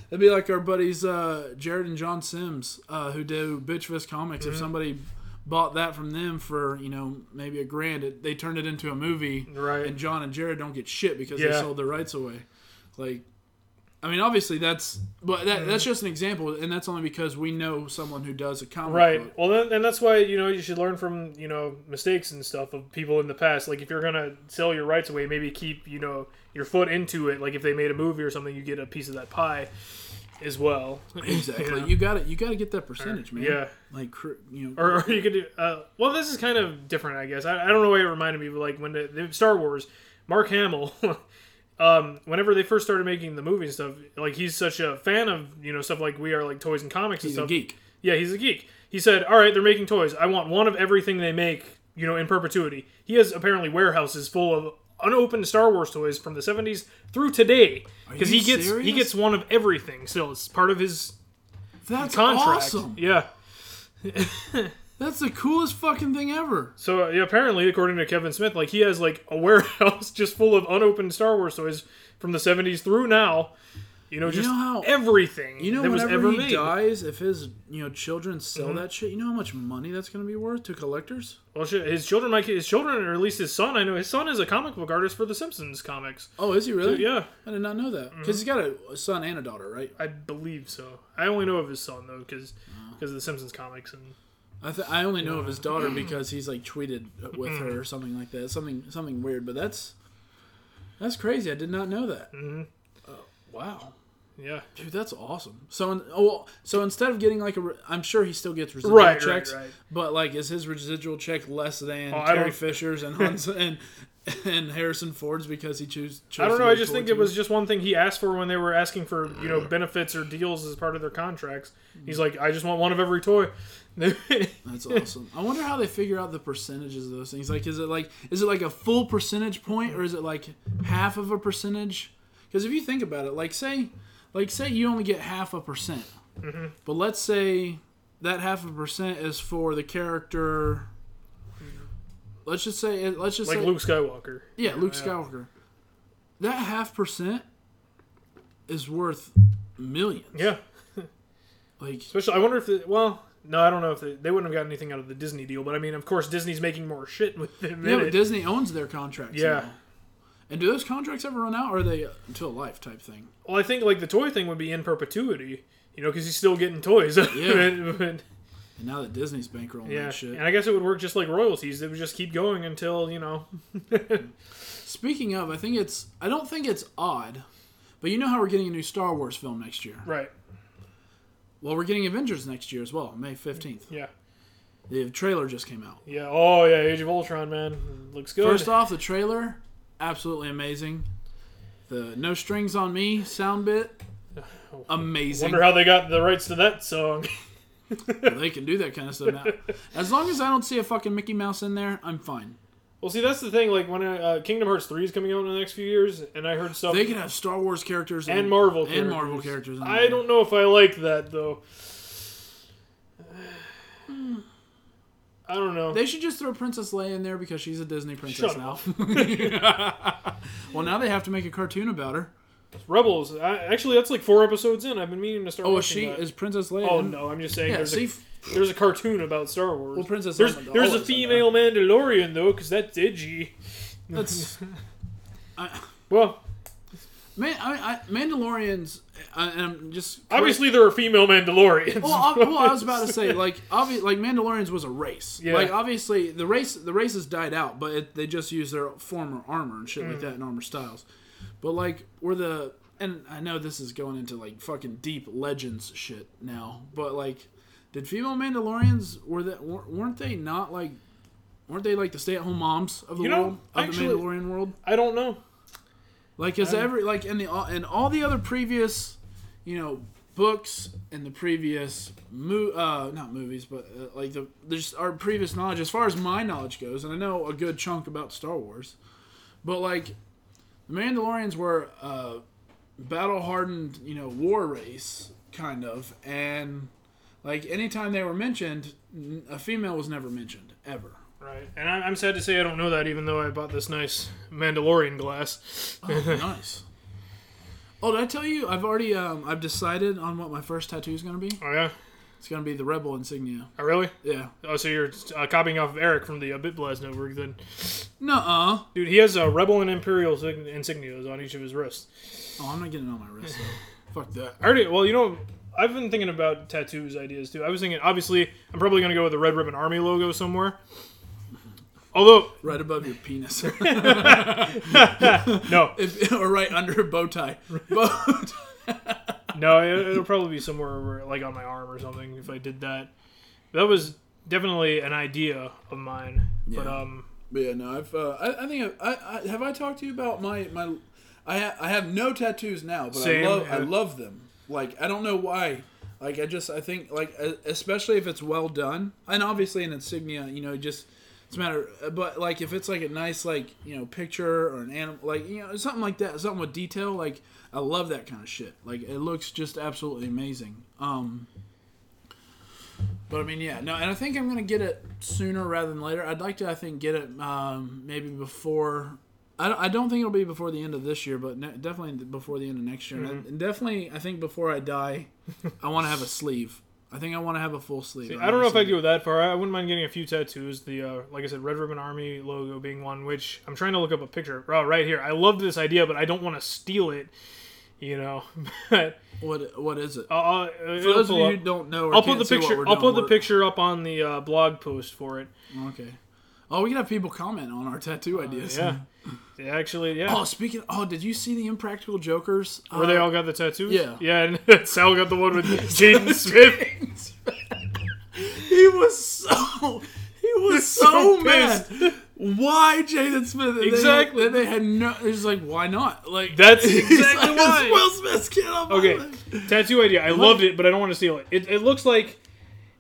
It'd be like our buddies uh, Jared and John Sims, uh, who do Bitch Fist Comics. Mm-hmm. If somebody bought that from them for you know maybe a grand, it, they turned it into a movie, Right. And John and Jared don't get shit because they Yeah. sold their rights away. Like, I mean, obviously that's but that, that's Mm-hmm. just an example, and that's only because we know someone who does a comic. book. Right. Well, then, and that's why you know you should learn from you know mistakes and stuff of people in the past. Like if you're gonna sell your rights away, maybe keep you know your foot into it. Like if they made a movie or something, you get a piece of that pie as well. Exactly. Yeah. You got it. You got to get that percentage, man. Yeah. Like, cr- you know. Or, or you could do. Uh, well, this is kind of different, I guess. I, I don't know why it reminded me, but like when the, the Star Wars, Mark Hamill. Um, whenever they first started making the movie and stuff, like he's such a fan of you know stuff like we are, like toys and comics He's and a stuff. geek. Yeah, he's a geek. He said, "All right, they're making toys. I want one of everything they make, you know, in perpetuity." He has apparently warehouses full of unopened Star Wars toys from the 70s through today because you he gets he serious? gets one of everything. Still, it's part of his That's contract. awesome. Yeah. That's the coolest fucking thing ever. So uh, yeah, apparently, according to Kevin Smith, like he has like a warehouse just full of unopened Star Wars toys from the 70s through now. You know, just know how- everything You know, that was whenever ever he made. Mm-hmm. dies, if his you know children sell that shit, you know how much money that's going to be worth to collectors. Well, shit, his children, might his children, or at least his son. I know his son is a comic book artist for the Simpsons comics. Oh, is he really? Yeah, Mm-hmm. I did not know that because he's got a, a son and a daughter, right? I believe so. I only know of his son though, because of the Simpsons comics and I th- I only know of his daughter Mm-hmm. because he's like tweeted with her or something like that, something something weird. But that's that's crazy. I did not know that. Mm-hmm. Uh, wow. Yeah. Dude, that's awesome. So, in, oh, well, so instead of getting like a, re- I'm sure he still gets residual Right, right, checks, right. Oh, but like, is his residual check less than I Terry don't- Fisher's and Hans and and Harrison Ford's because he choose? chose I don't to know. I go just think it towards was just one thing he asked for when they were asking for you know benefits or deals as part of their contracts. He's like, I just want one of every toy. him. That's awesome. I wonder how they figure out the percentages of those things. Like, is it like is it like a full percentage point or is it like half of a percentage? Because if you think about it, like say, like say you only get half a percent, Mm-hmm. but let's say that half a percent is for the character. Let's just say it. Let's just like say Luke Skywalker. yeah, Luke Skywalker. That half percent is worth millions. Yeah. Like Especially, I wonder if the, well, no, I don't know if they, they wouldn't have gotten anything out of the Disney deal, but I mean, of course, Disney's making more shit with them. yeah, in but it. Disney owns their contracts. Yeah. now. And do those contracts ever run out, or are they until life type thing? Well, I think like the toy thing would be in perpetuity, you know, because he's still getting toys. Yeah. But- And now that Disney's bankrolling yeah. that shit. And I guess it would work just like royalties. It would just keep going until you know. Speaking of, I think it's I don't think it's odd, but you know how we're getting a new Star Wars film next year. Right. Well, we're getting Avengers next year as well, May fifteenth. Yeah. The trailer just came out. Yeah. Oh yeah. Age of Ultron, man, looks good. First off, the trailer, absolutely amazing. The no strings on me sound bit, amazing. Wonder how they got the rights to that song. they can do that kind of stuff now. As long as I don't see a fucking Mickey Mouse in there, I'm fine. well, see, that's the thing. Like when uh, Kingdom Hearts three is coming out in the next few years, and I heard stuff They can have Star Wars characters and Marvel and characters. Marvel characters. In I there. don't know if I like that though. I don't know. They should just throw Princess Leia in there because she's a Disney princess Shut now. well, now they have to make a cartoon about her. Rebels. I, actually, that's like four episodes in. I've been meaning to start. Oh, is watching she that. is Princess Leia. Oh in- no, I'm just saying. Yeah, there's, see, a, there's a cartoon about Star Wars. Well, Princess There's Leia there's a always in female Mandalorian though, because that's edgy. that's Well, man. I, I Mandalorians. I, and I'm just obviously there are female Mandalorians. Well, ob- well, I was about to say, like, obvi- like Mandalorians was a race. Yeah. Like, obviously, the race the races died out, but it, they just used their former armor and shit Mm. like that and armor styles. But like, were the and I know this is going into like fucking deep legends shit now, but like, did female Mandalorians were that weren't they not like weren't they like the stay at home moms of the You know, world of actually- the Mandalorian world? I don't know. Like is every like in the and all the other previous, you know, books and the previous mo- uh not movies but uh, like the there's our previous knowledge as far as my knowledge goes and I know a good chunk about Star Wars, but like the Mandalorians were a battle hardened you know war race kind of and like anytime they were mentioned n- a female was never mentioned ever. Right, and I'm, I'm sad to say I don't know that, even though I bought this nice Mandalorian glass. nice. Oh, did I tell you? I've already um, I've decided on what my first tattoo is gonna be. Oh yeah, It's gonna be the rebel insignia. oh, really? Yeah. Oh, so you're uh, copying off of Eric from the uh, BitBlast Network then? Nuh-uh. Dude, he has uh, Rebel and Imperial sign- insignias on each of his wrists. Oh, I'm not getting it on my wrist though. Fuck that. I already, well, you know, I've been thinking about tattoos ideas too. I was thinking, obviously, I'm probably gonna go with the Red Ribbon Army logo somewhere. Although, Right above your penis, no, if, or right under a bow tie. Bow tie. no, it, it'll probably be somewhere where, like on my arm or something if I did that. That was definitely an idea of mine, but Yeah. um, But yeah, no. I've uh, I, I think I, I, I have I talked to you about my my. I ha- I have no tattoos now, but Same, I love I yeah. love them. Like I don't know why. Like I just I think like e- especially if it's well done, and obviously an insignia, you know, just it's a matter. But like if it's like a nice like you know picture or an animal, like you know something like that, something with detail. Like I love that kind of shit. Like it looks just absolutely amazing. Um. But I mean, yeah, no, and I think I'm gonna get it sooner rather than later. I'd like to, I think, get it um, maybe before. I don't, I don't think it'll be before the end of this year, but ne- definitely before the end of next year. Mm-hmm. And I- and definitely, I think before I die, I want to have a sleeve. I think I want to have a full sleeve. I don't know if I'd obviously. go that far. I wouldn't mind getting a few tattoos. The uh, like I said, Red Ribbon Army logo being one, which I'm trying to look up a picture oh, right here. I love this idea, but I don't want to steal it. You know, but What What is it? I'll, I'll, For those of pull you up. who don't know, or I'll put can't the see what picture. we're I'll doing, put the we're- picture up on the uh, blog post for it. Oh, Okay. Oh, we can have people comment on our tattoo ideas. Yeah, They actually, yeah. Oh, speaking. Of, oh, did you see the Impractical Jokers? Uh, Where they all got the tattoos? yeah. Yeah, and Sal got the one with Jaden Smith. He was so. He was so, so mad. Why Jaden Smith? And they- Exactly. Then they, had no. It was like, why not? Like That's he's exactly like, why. It's Will Smith's kid. On my Okay, list. tattoo idea. I loved it, but I don't want to steal it. It, it looks like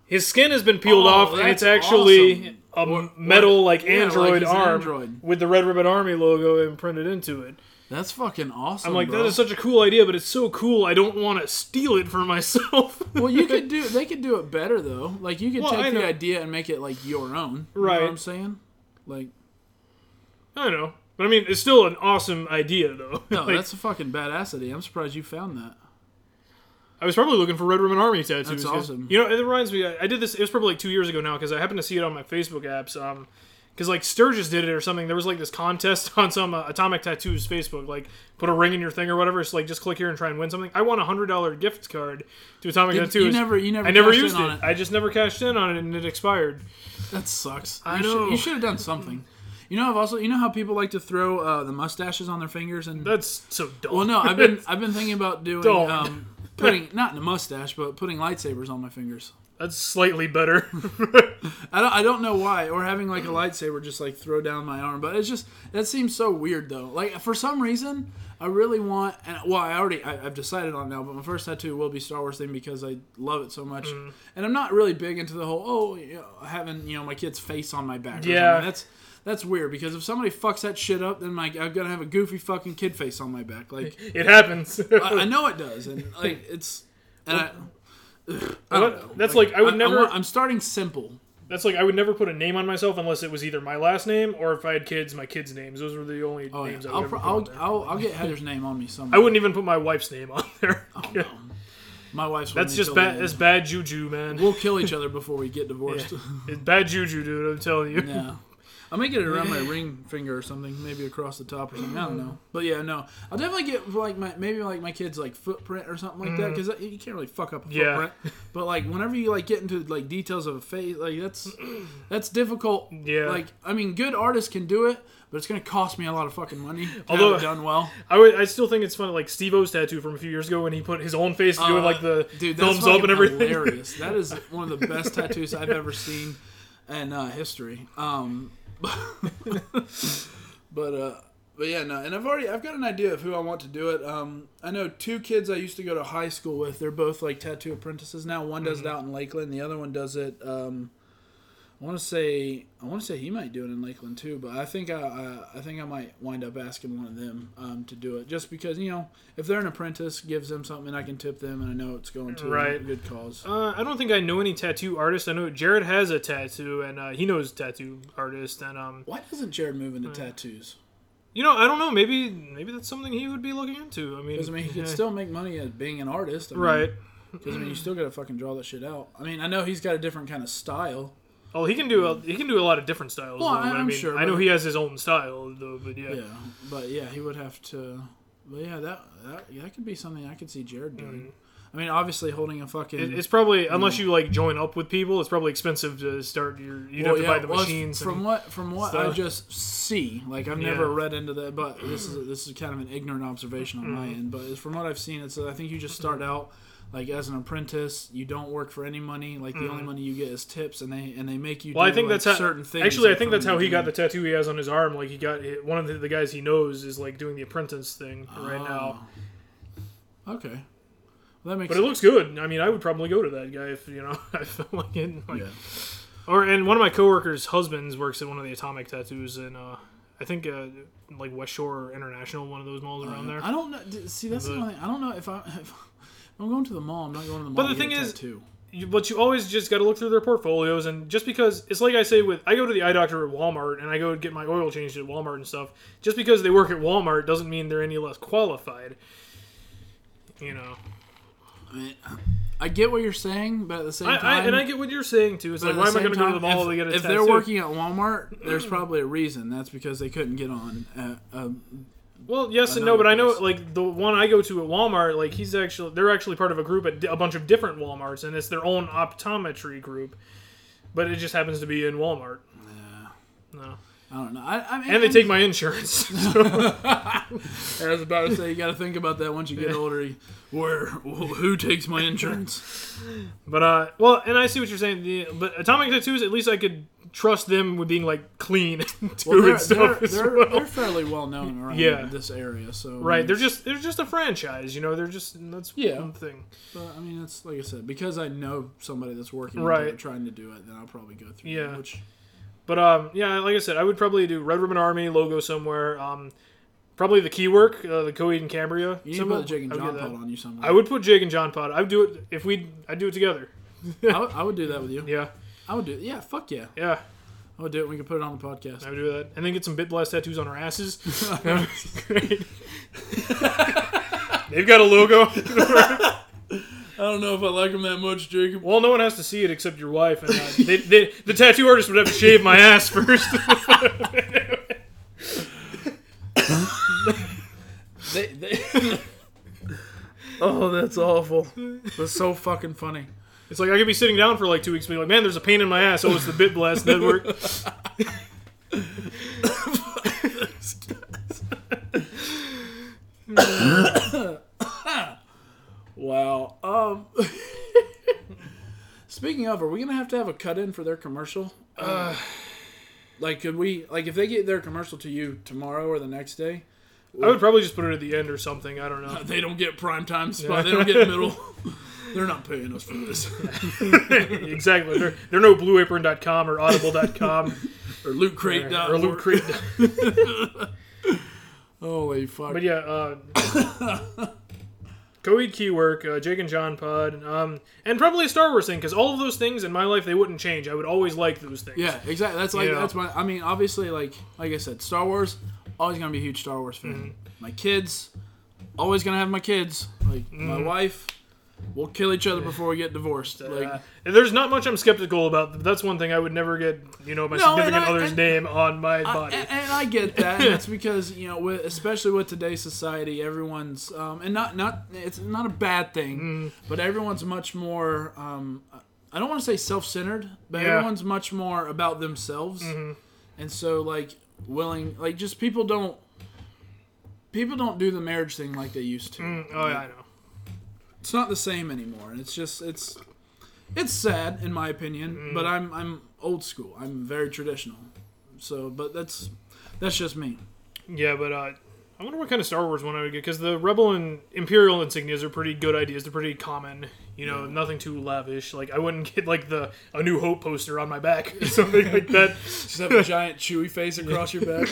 his skin has been peeled Oh, off, and it's that's actually awesome. a Or- metal like yeah, like android his arm android. with the Red Ribbon Army logo imprinted into it. That's fucking awesome. I'm like, bro. that is such a cool idea, but it's so cool. I don't want to steal it for myself. well, you could do. They could do it better though. Like you could Well, I take the know. idea and make it like your own. You Right. Know what I'm saying. Like I know, but I mean, it's still an awesome idea, though. no, Like, that's a fucking badassity. I'm surprised you found that. I was probably looking for Red Ribbon Army tattoos. That's 'cause- awesome. You know, it reminds me. I, I did this. It was probably like two years ago now because I happened to see it on my Facebook apps. Um, because like Sturgis did it or something. There was like this contest on some uh, Atomic Tattoos Facebook. Like, put a ring in your thing or whatever. So like, just click here and try and win something. I won a hundred dollar gift card to Atomic Did- Tattoos. you never- you never I never cashed in used on it. it. I just never cashed in on it, and it expired. That sucks. I you should- know. you should have done something. You know, I've also you know how people like to throw uh, the mustaches on their fingers and. That's so dumb. well, no, I've been I've been thinking about doing Don't. um, putting not in a mustache, but putting lightsabers on my fingers. That's slightly better. I don't I don't know why, or having like a lightsaber just like throw down my arm, but it's just that seems so weird though. Like for some reason, I really want and well, I already I, I've decided on it now, but my first tattoo will be Star Wars thing because I love it so much, Mm-hmm. and I'm not really big into the whole oh you know, having you know my kid's face on my back. or Yeah. something. that's that's weird because if somebody fucks that shit up, then like I'm gonna have a goofy fucking kid face on my back. Like it happens. I, I know it does, and like it's and I. ugh, I Well, don't know. that's like, I would never- want- I'm starting simple. That's like I would never put a name on myself unless it was either my last name or if I had kids, my kids' names. Those were the only Oh, yeah. names I would I'll, ever pro- put on I'll, there. I'll, I'll get Heather's name on me somewhere. I wouldn't even put my wife's name on there. Oh, no. My wife's. with That's me just till bad. the That's end. bad juju, man. We'll kill each other before we get divorced. Yeah. It's bad juju, dude. I'm telling you. I may get it around my ring finger or something, maybe across the top or something. I don't know. But yeah, no, I'll definitely get like my maybe like my kid's like footprint or something like that because you can't really fuck up a Mm. Yeah. footprint. But like whenever you like get into like details of a face, like that's that's difficult. Yeah. Like I mean, good artists can do it, but it's gonna cost me a lot of fucking money. to Although- have it done well. I would. I still think it's funny, like Steve O's tattoo from a few years ago when he put his own face doing like the Uh, dude, that's thumbs up fucking and everything. Hilarious. That is one of the best tattoos I've ever seen in uh, history. Um, but uh, but yeah, no, and I've already I've got an idea of who I want to do it. Um, I know two kids I used to go to high school with. They're both like tattoo apprentices now. One does it Mm-hmm. out in Lakeland. The other one does it. Um, I want to say I want to say he might do it in Lakeland too, but I think I, I I think I might wind up asking one of them um, to do it just because you know if they're an apprentice gives them something I can tip them and I know it's going to a Right. good cause. Uh, I don't think I know any tattoo artists. I know Jared has a tattoo, and uh, he knows tattoo artists. And um, Why doesn't Jared move into Hmm. tattoos? you know, I don't know. Maybe maybe that's something he would be looking into. I mean, Because I mean he could still make money at being an artist, I mean, right. Because I mean you still got to fucking draw that shit out. I mean I know he's got a different kind of style. Oh, he can do a, he can do a lot of different styles. Well, though, I- but I I'm mean, sure, I know but- he has his own style though. But yeah, Yeah, but yeah, he would have to. But yeah, that that, that could be something I could see Jared doing. I mean, obviously holding a fucking. Mm-hmm. It- it's probably unless you like join up with people, it's probably expensive to start your. You'd have to buy the well, it's- machines. From and, what from what I stuff. just see, like I've Yeah. never read into that, but this is this is kind of an ignorant observation on Mm-hmm. my end. But from what I've seen, it's I think you just start out like as an apprentice. You don't work for any money. Like the only money you get is tips, and they and they make you. Mm-hmm. well, do, I think like, that's how. certain things. actually, I like, think from that's how he got the beginning. tattoo he has on his arm. Like he got it- one of the, the guys he knows is like doing the apprentice thing Oh. right now. Okay, well, that makes. But it looks good. I mean, I would probably go to that guy if you know I felt like it. Like, Yeah. Or and one of my coworkers' husbands works at one of the Atomic Tattoos in uh, I think uh, like West Shore International, one of those malls around there. I don't know. d- See, that's the But- only thing. I don't know if I. If, I'm going to the mall. I'm not going to the mall. the to get thing a is- tattoo. you, but you always just got to look through their portfolios and just because it's like I say with I go to the eye doctor at Walmart and I go get my oil changed at Walmart and stuff. Just because they work at Walmart doesn't mean they're any less qualified. You know, I, mean, I get what you're saying, but at the same I, I, time, and I get what you're saying too. It's But like at why am I same going to go to the time, mall if, to get a if tattoo? they're working at Walmart, there's probably a reason. That's because they couldn't get on. At, um, Well, yes and Another no, but I know place. like the one I go to at Walmart, like he's actually they're actually part of a group at di- a bunch of different WalMarts, and it's their own optometry group, but it just happens to be in Walmart. No, I don't know. I, I mean, and they take my insurance. So, I was about to say you got to think about that once you get older. You- Where who takes my insurance? but uh, well, and I see what you're saying. The, but Atomic Tattoos, at least I could trust them with being like clean and Well, doing they're, stuff they're, as they're, well. they're fairly well known around Yeah. this area. So right, they're just they're just a franchise. You know, they're just that's Yeah. one thing. But I mean, that's like I said, because I know somebody that's working Right. right trying to do it, then I'll probably go through. Yeah. That, which But um, yeah, like I said, I would probably do Red Ribbon Army logo somewhere. Um, probably the key work, uh, the Coheed and Cambria. you need to symbol. put a Jake and I would get John that. pod on you somewhere. I would put Jake and John Pod. I would do it if we. I'd do it together. I would, I would do that with you. Yeah, I would do. Yeah. Fuck yeah. yeah, I would do it. We could put it on the podcast. I would do that, and then get some bit blast tattoos on our asses. Great. They've got a logo. I don't know if I like him that much, Jacob. Well, no one has to see it except your wife, and uh, they, they, the tattoo artist would have to shave my ass first. They, they... oh, that's awful. That's so fucking funny. it's like I could be sitting down for like two weeks, and be like, "Man, there's a pain in my ass." Oh, it's the bit blast network. Wow. Um. Speaking of, are we gonna have to have a cut in for their commercial? Uh, like, could we? Like, if they get their commercial to you tomorrow or the next day, I would probably just put it at the end or something. I don't know. they don't get prime time spot. They don't get middle. They're not paying us for this. exactly. They're, they're no blueapron.com or audible.com or loot crate. or, or Loot Crate. Holy fuck! But yeah, uh, Coed Keywork, uh, Jake and John Pod, um, and probably a Star Wars thing because all of those things in my life they wouldn't change. I would always like those things. yeah, exactly. That's like Yeah. that's my. I mean, obviously, like like I said, Star Wars. Always gonna be a huge Star Wars fan. Mm-hmm. My kids. Always gonna have my kids. Like Mm-hmm. my wife. We'll kill each other before we get divorced. Like. Uh, there's not much I'm skeptical about. but That's one thing I would never get, you know, my No, and significant I- other's and- name on my I- body. and, and I get that. and That's because you know, with, especially with today's society, everyone's um, and not not it's not a bad thing, but everyone's much more. Um, I don't want to say self-centered, but Yeah. everyone's much more about themselves, and so like willing, like just people don't. People don't do the marriage thing like they used to. oh, yeah, I know. It's not the same anymore, and it's just it's it's sad in my opinion. But I'm I'm old school. I'm very traditional. So, but that's that's just me. Yeah, but uh, I wonder what kind of Star Wars one I would get because the Rebel and Imperial insignias are pretty good ideas. They're pretty common. You know, nothing too lavish. Like I wouldn't get like the a New Hope poster on my back or something like that. Just have a giant chewy face across your back.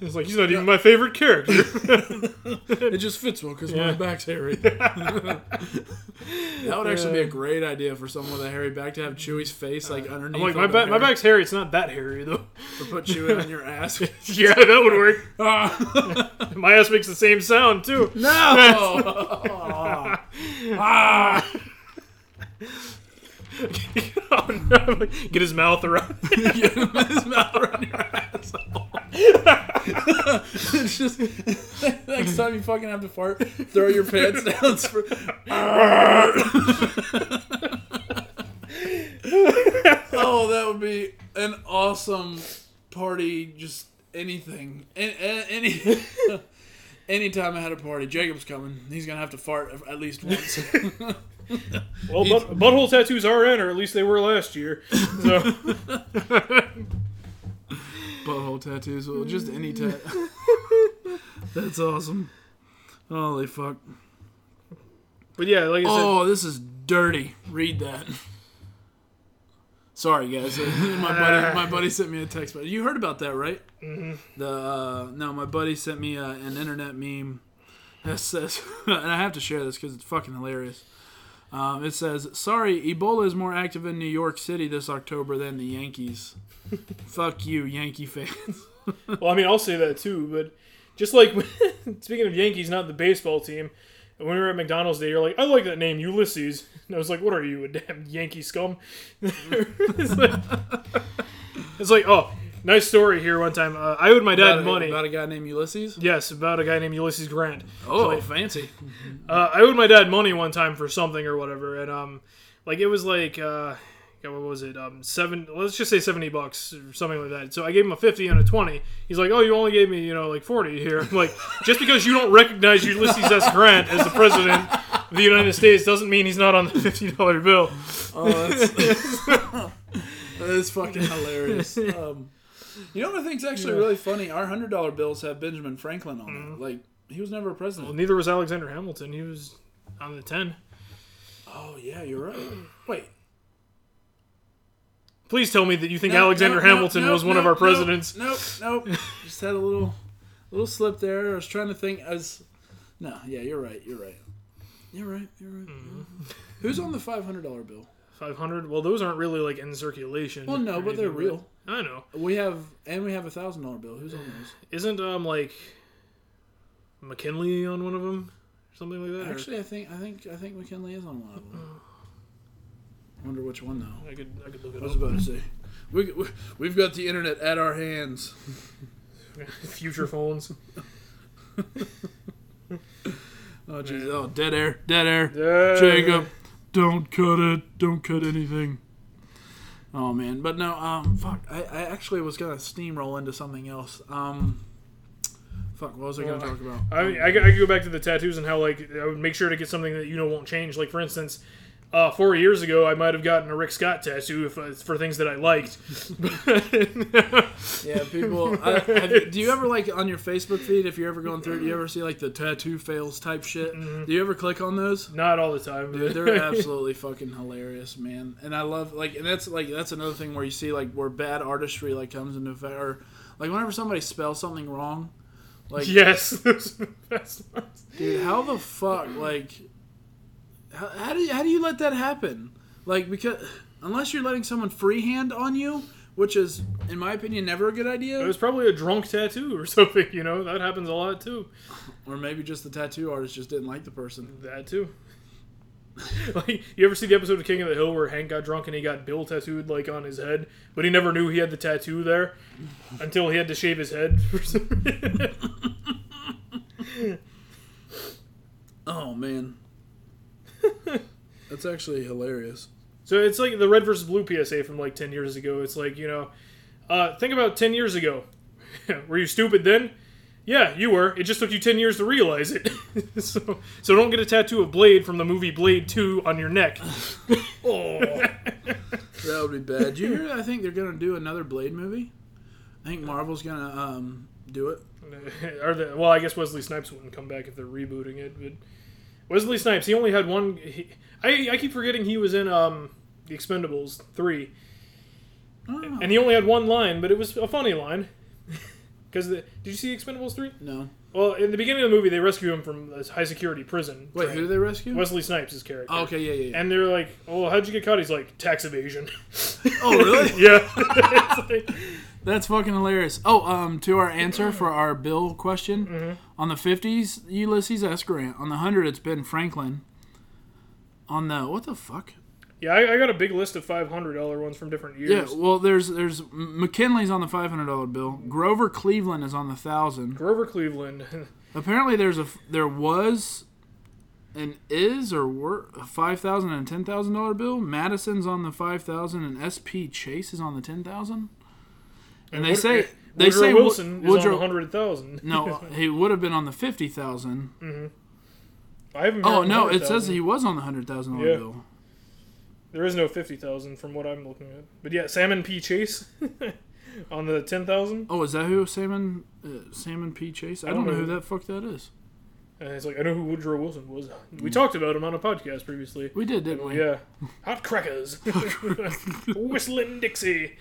It's like he's not even my favorite character. it just fits well because my back's hairy. that would actually be a great idea for someone with a hairy back to have Chewie's face like underneath. Uh, I'm like all my the back, my hair, back's hairy. It's not that hairy though. to put Chewie on your ass. yeah, that would work. my ass makes the same sound too. no. Ah! Oh, no. Like, Get his mouth around. Get him in his mouth around your asshole. it's just next time you fucking have to fart, throw your pants down. For, oh, that would be an awesome party. Just anything, any, any, anytime I had a party, Jacob's coming. He's gonna have to fart at least once. Well, butt, butthole tattoos are in, or at least they were last year. So butthole tattoos. Well, just any tat. That's awesome. Holy fuck. But yeah, like I said, Oh, this is dirty. Read that. Sorry, guys. Uh, my buddy, my buddy sent me a text. But you heard about that, right? Mm-hmm. The uh, no, my buddy sent me uh, an internet meme that says, and I have to share this because it's fucking hilarious. Um, it says, "Sorry, Ebola is more active in New York City this October than the Yankees." Fuck you, Yankee fans. Well, I mean, I'll say that too, but just like speaking of Yankees, not the baseball team. When we were at McDonald's Day, you're like, I like that name, Ulysses. And I was like, What are you, a damn Yankee scum? it's, like, it's like, oh, nice story here. One time, uh, I owed my dad About a- money. about a guy named Ulysses. yes, about a guy named Ulysses Grant. Oh, fancy. Uh, I owed my dad money one time for something or whatever, and um, like it was like uh, God, what was it? Um, seven. Let's just say seventy bucks or something like that. So I gave him a fifty and a twenty. He's like, "Oh, you only gave me, you know, like forty here." I'm like, just because you don't recognize Ulysses S. Grant as the president of the United States doesn't mean he's not on the fifty dollar bill. Oh, that's, that's fucking hilarious. Um, you know what I think's actually really funny? Our hundred dollar bills have Benjamin Franklin on it. Like he was never Mm-hmm. a Well, president. neither was Alexander Hamilton. He was on the ten. Oh yeah, you're right. Wait, Please tell me that you think No, Alexander no, no, Hamilton no, was one no, of our no, presidents. Nope, nope. Just had a little, little slip there. I was trying to think. As no, yeah, you're right. You're right. You're right. You're right. Mm-hmm. you're right. Who's on the five hundred dollar bill? Five hundred. Well, those aren't really like in circulation. Well, no, or but they're anything, real. I know. We have and we have a thousand dollar bill. Who's on those? Isn't um like McKinley on one of them, something like that? or- Actually, I think I think I think McKinley is on one of them. Mm-hmm. Wonder which one though. I could I could look I was it up. about to say, we, we we've got the internet at our hands. Future phones. Oh jeez. Oh, dead air. Dead air. Yeah. Jacob, don't cut it. Don't cut anything. Oh man, but no, um, fuck. I, I actually was gonna steamroll into something else. Um, fuck. What was I gonna Well, talk about? Um, I, mean, I, could- I could go back to the tattoos and how like I would make sure to get something that you know won't change. Like for instance, uh, four years ago I might have gotten a Rick Scott tattoo if uh, for things that I liked. Yeah, people. I, have, do you ever like on your Facebook feed if you're ever going through? it, Do you ever see like the tattoo fails type shit? Mm-hmm. Do you ever click on those? Not all the time. Dude, they're absolutely fucking hilarious, man. And I love like, and that's like that's another thing where you see like where bad artistry like comes into effect, or like whenever somebody spells something wrong, like yes, those are the best ones. Dude, how the fuck, like, how, how do you, how do you let that happen? Like, because unless you're letting someone freehand on you, which is, in my opinion, never a good It idea. was probably a drunk tattoo or something. You know that happens a lot too. Or maybe just the tattoo artist just didn't like the person. That too. like you ever see the episode of King of the Hill where Hank got drunk and he got Bill tattooed like on his head, but he never knew he had the tattoo there until he had to shave his head. For some reason. Oh man, that's actually hilarious. so it's like the red versus blue PSA from like ten years ago. It's like you know, uh, think about ten years ago. were you stupid then? Yeah, you were. It just took you ten years to realize it. so, so don't get a tattoo of Blade from the movie Blade Two on your neck. That would be bad. Do you hear? I think they're gonna do another Blade movie. I think Marvel's gonna um do it. or the, well, I guess Wesley Snipes wouldn't come back if they're rebooting it. But Wesley Snipes, he only had one. He, I I keep forgetting he was in um the Expendables three, Oh, and he only had one line, but it was a funny line. Because did you see Expendables three? no. Well, in the beginning of the movie, they rescue him from a high security prison. Wait, Right. who do they rescue? Wesley Snipes' is character. Oh, okay, yeah, yeah. yeah. And they're like, "Well, how'd you get caught?" He's like, "Tax evasion." oh, really? yeah. It's like- That's fucking hilarious. Oh, um, to our answer for our bill question on the fifties, Ulysses S. Grant. On the hundred, it's Ben Franklin. On the what the fuck? yeah, I, I got a big list of five hundred dollar ones from different Yeah, years. well, there's there's McKinley's on the five hundred dollar bill. Grover Cleveland is on the thousand. Grover Cleveland. Apparently, there's a f- there was, an is or were a five thousand and ten thousand dollar bill. Madison's on the five thousand, and S.P. Chase is on the ten thousand. And they Wood- say Woodrow they say Wo- Wilson is Woodrow on hundred thousand. No, he would have been on the fifty thousand. I haven't. Oh heard no, it says 100,000. he was on the hundred thousand dollar Yeah. bill. There is no fifty thousand from what I'm looking at. But yeah, Salmon P. Chase on the ten thousand. Oh, is that who Salmon uh, Salmon P Chase? I, don't, know, who that fuck that is. And it's like I know who Woodrow Wilson was. Hmm. We talked about him on a podcast previously. We did, didn't we? Yeah, hot crackers, whistling Dixie.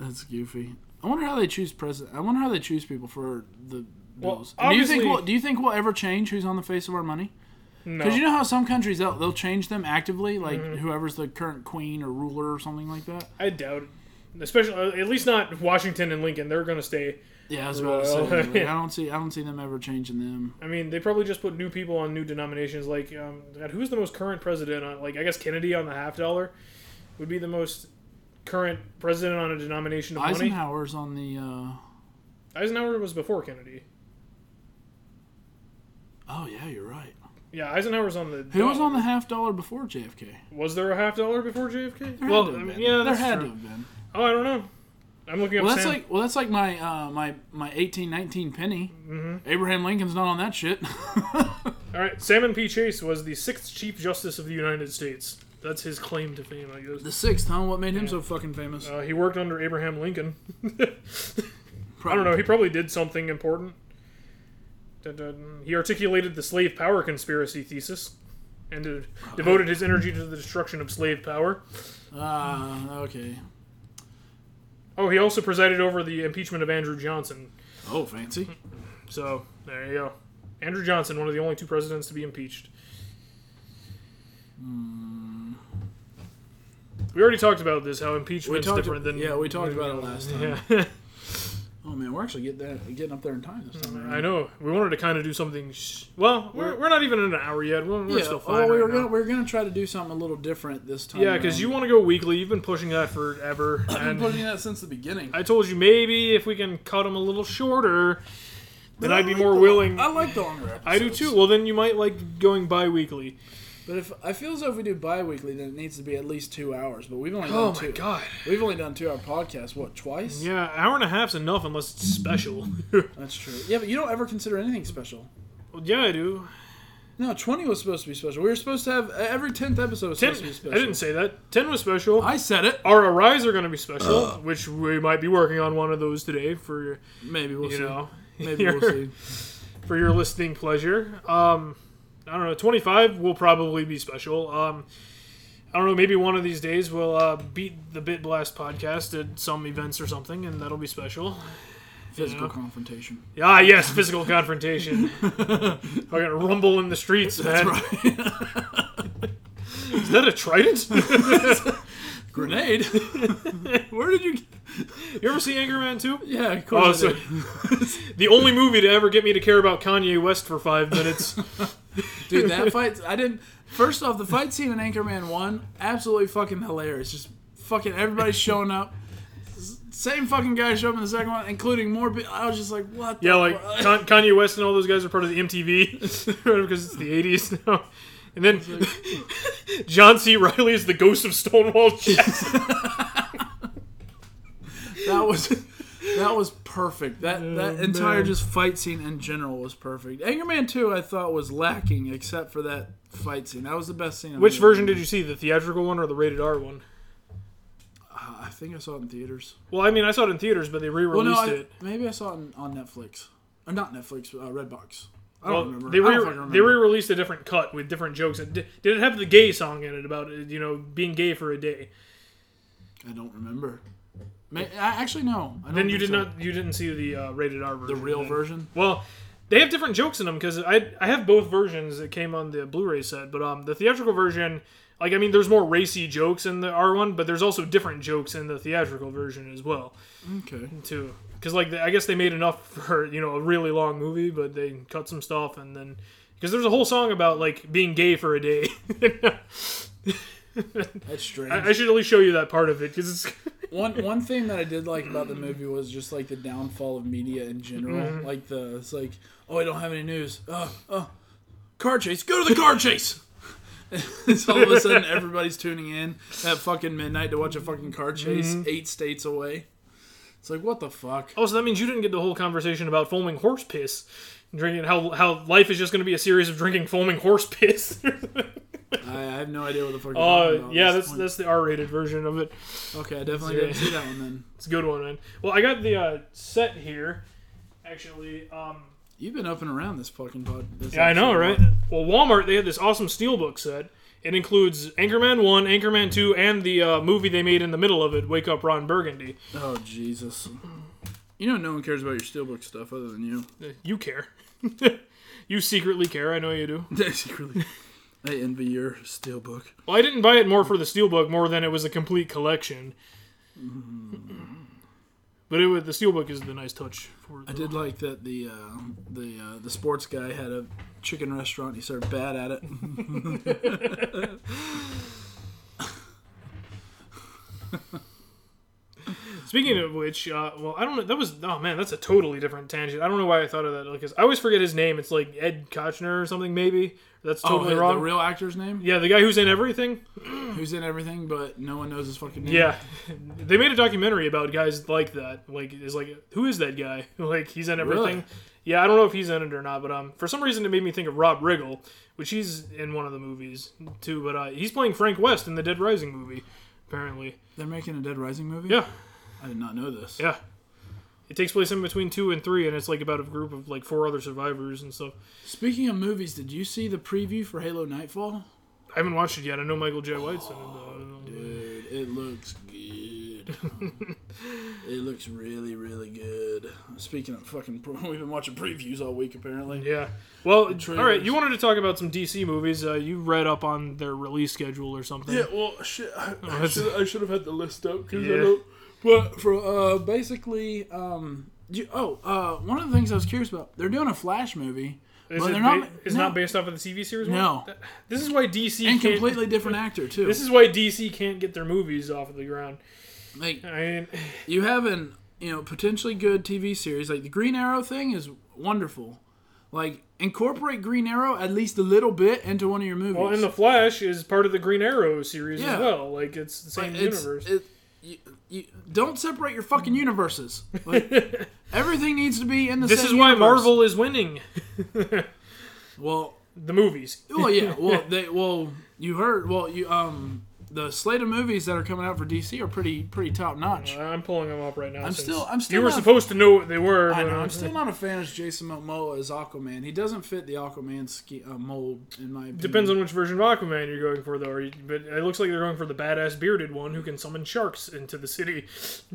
That's goofy. I wonder how they choose president. I wonder how they choose people for the Well, bills. do you think obviously- we'll, do you think we'll ever change who's on the face of our money? No, Mm-hmm. Because you know how some countries they'll, they'll change them actively, like whoever's the current queen or ruler or something like that. I doubt it. Especially, uh, at least not Washington and Lincoln. They're gonna stay. Yeah, I was about Well, to say. like, yeah. I don't see I don't see them ever changing them. I mean, they probably just put new people on new denominations. Like, um, God, who's the most current president on? Like, I guess Kennedy on the half dollar would be the most current president on a denomination of money. Eisenhower's on the. Uh, Eisenhower was before Kennedy. oh yeah, you're right. Yeah, Eisenhower's on the. Who was on the half dollar before JFK? Was there a half dollar before JFK? There had well, to have I mean, been. yeah, there that's had true. to have been. Oh, I don't know. I'm looking up. Well, that's Sam- like well, that's like my uh, my my eighteen nineteen penny. Mm-hmm. Abraham Lincoln's not on that shit. All right, Salmon P. Chase was the sixth Chief Justice of the United States. That's his claim to fame, I the guess. sixth, huh? What made him so fucking famous? Uh, he worked under Abraham Lincoln. I don't know. He probably did something important. Dun, dun. He articulated the slave power conspiracy thesis, and de- devoted his energy to the destruction of slave power. Ah, okay. Oh, he also presided over the impeachment of Andrew Johnson. Oh, fancy. So there you go. Andrew Johnson, one of the only two presidents to be impeached. Hmm. We already talked about this. How We impeachment's talked. different than yeah, we talked about it last time. Yeah, Oh man, we're actually getting that getting up there in time this time. I know. We wanted to kind of do something. Sh- well, we're, we're not even in an hour yet. We're, we're yeah. still fine. oh, we right were now. gonna we were gonna try to do something a little different this time. Yeah, because you want to go weekly. You've been pushing that forever. I've been And putting that since the beginning. I told you maybe if we can cut them a little shorter, then I I'd be like more the- willing. I like the longer episodes. I do too. Well, then you might like going bi weekly. But if I feel as though if we do bi-weekly, then it needs to be at least two hours. But we've only done two. Oh God. We've only done two hour podcasts. What twice? Yeah, hour and a half's enough unless it's special. that's true. Yeah, but you don't ever consider anything special. Well, yeah, I do. No, twenty was supposed to be special. We were supposed to have every tenth episode was Ten, supposed to be I special. didn't say that. Ten was special. I said it. Our Arise are going to be special, which we might be working on one of those today for Maybe we'll you see. know Maybe we'll your- see. for your listening pleasure. Um, I don't know. Twenty five will probably be special. Um, I don't know. Maybe one of these days we'll uh, beat the Bit Blast podcast at some events or something, and that'll be special. Physical Yeah. confrontation. Ah, yes, physical confrontation. Fucking rumble in the streets, man. Is that a trident? Grenade. Where did you? You ever see Anchorman 2? Yeah, of Oh, course. I so did. the only movie to ever get me to care about Kanye West for five minutes. Dude, that fight, I didn't. First off, the fight scene in Anchorman 1, absolutely fucking hilarious. Just fucking everybody's showing up. S- Same fucking guy showed up in the second one, including more. Be- I was just like, what the Yeah, like fuck? Con- Kanye West and all those guys are part of the MTV because it's the '80s now. And then John C. Riley is the ghost of Stonewall Jackson. that was. That was perfect. That Oh, that entire just fight scene in general was perfect. Anchorman 2, I thought, was lacking except for that fight scene. That was the best scene. Which version did you see? The theatrical one or the rated R one? I think I saw it in theaters. Well, I mean, I saw it in theaters, but they Well, re-released no, I, it. maybe I saw it on- on Netflix. Or not Netflix, but, uh, Redbox. I don't Well, remember. they I don't re- fucking they remember. re-released a different cut with different jokes. And di- did it have the gay song in it about you know being gay for a day? I don't remember. Ma- I actually no. I don't Then you did think so. not you didn't see the uh, rated R version. the real then. version. Well, they have different jokes in them because I I have both versions that came on the Blu-ray set, but um the theatrical version, like I mean, there's more racy jokes in the R one, but there's also different jokes in the theatrical version as well Okay. too. Because like I guess they made enough for you know a really long movie, but they cut some stuff and then because there's a whole song about like being gay for a day. That's strange. I, I should at least show you that part of it because it's one one thing that I did like about the movie was just like the downfall of media in general. Mm-hmm. Like the it's like oh I don't have any news. Oh oh, car chase. Go to the car chase. it's all of a sudden everybody's tuning in at fucking midnight to watch a fucking car chase Mm-hmm. eight states away. It's like what the fuck. oh, so that means you didn't get the whole conversation about foaming horse piss, drinking how how life is just going to be a series of drinking foaming horse piss. I, I have no idea what the fuck. you're talking Oh about at yeah, this that's point. that's the R-rated version of it. okay. I definitely didn't see that one then. It's a good one, man. Well, I got the uh, set here, actually. Um, You've been up and around this fucking pod. this Yeah, I know, episode a right? lot. Well, Walmart they had this awesome steelbook set. It includes Anchorman One, Anchorman Two, and the uh, movie they made in the middle of it, Wake Up Ron Burgundy. Oh Jesus! You know, no one cares about your steelbook stuff other than you. Uh, You care. you secretly care. I know you do. I secretly, I envy your steelbook. Well, I didn't buy it more for the steelbook more than it was a complete collection. Mm-hmm. But it was, the steelbook is the nice touch for. The, I did like that the uh, the uh, the sports guy had a chicken restaurant. He served bad at it. Speaking Hmm. of which, uh, well, I don't know. That was oh man, that's a totally different tangent. I don't know why I thought of that because I always forget his name. It's like Ed Kochner or something. Maybe that's Oh, totally the- wrong. the real Hmm. actor's name? yeah, the guy who's in everything. Who's in everything, but no one knows his fucking name. Yeah, they made a documentary about guys like that. Like, is like, who is that guy? Like, he's in everything. Really? Yeah, I don't know if he's in it or not, but um, for some reason it made me think of Rob Riggle, which he's in one of the movies too. But uh, he's playing Frank West in the Dead Rising movie, apparently. They're making a Dead Rising movie? Yeah, I did not know this. yeah. It takes place in between two and three, and it's like about a group of like four other survivors and stuff. Speaking of movies, did you see the preview for Halo Nightfall? I haven't watched it yet. I know Michael J. White's in it. Though. Dude, it looks good. it looks really, really good. Speaking of fucking, pre- we've been watching previews all week apparently. Yeah. Well, all right. trailers. You wanted to talk about some DC movies. Uh, you read up on their release schedule or something. Yeah, well, shit, I, I, that's- should, I should have had the list up because Yeah. I don't. But for uh, basically, um, you, oh, uh, one of the things I was curious about, they're doing a Flash movie, Is but it they're ba- not. it's no, not based off of the TV series. No. one? this is why DC and can't- completely different actor too. This is why DC can't get their movies off of the ground. like I mean, you have an you know potentially good TV series like the Green Arrow thing is wonderful. Like incorporate Green Arrow at least a little bit into one of your movies. well, and the Flash is part of the Green Arrow series Yeah. as well. Like it's the same It's- universe. it- you, you, don't separate your fucking universes. Like, everything needs to be in the this same is why universe. Marvel is winning Well, the movies. well, yeah. Well, they. Well, you heard. Well, you um, the slate of movies that are coming out for DC are pretty pretty top notch. I'm pulling them up right now. I'm still- I'm still You were not- supposed to know what they were. I but, know. uh, I'm still not a fan of Jason Momoa as Aquaman. He doesn't fit the Aquaman ski, uh, mold, in my opinion. Depends on which version of Aquaman you're going for, though. Are you, but it looks like they're going for the badass bearded one who can summon sharks into the city.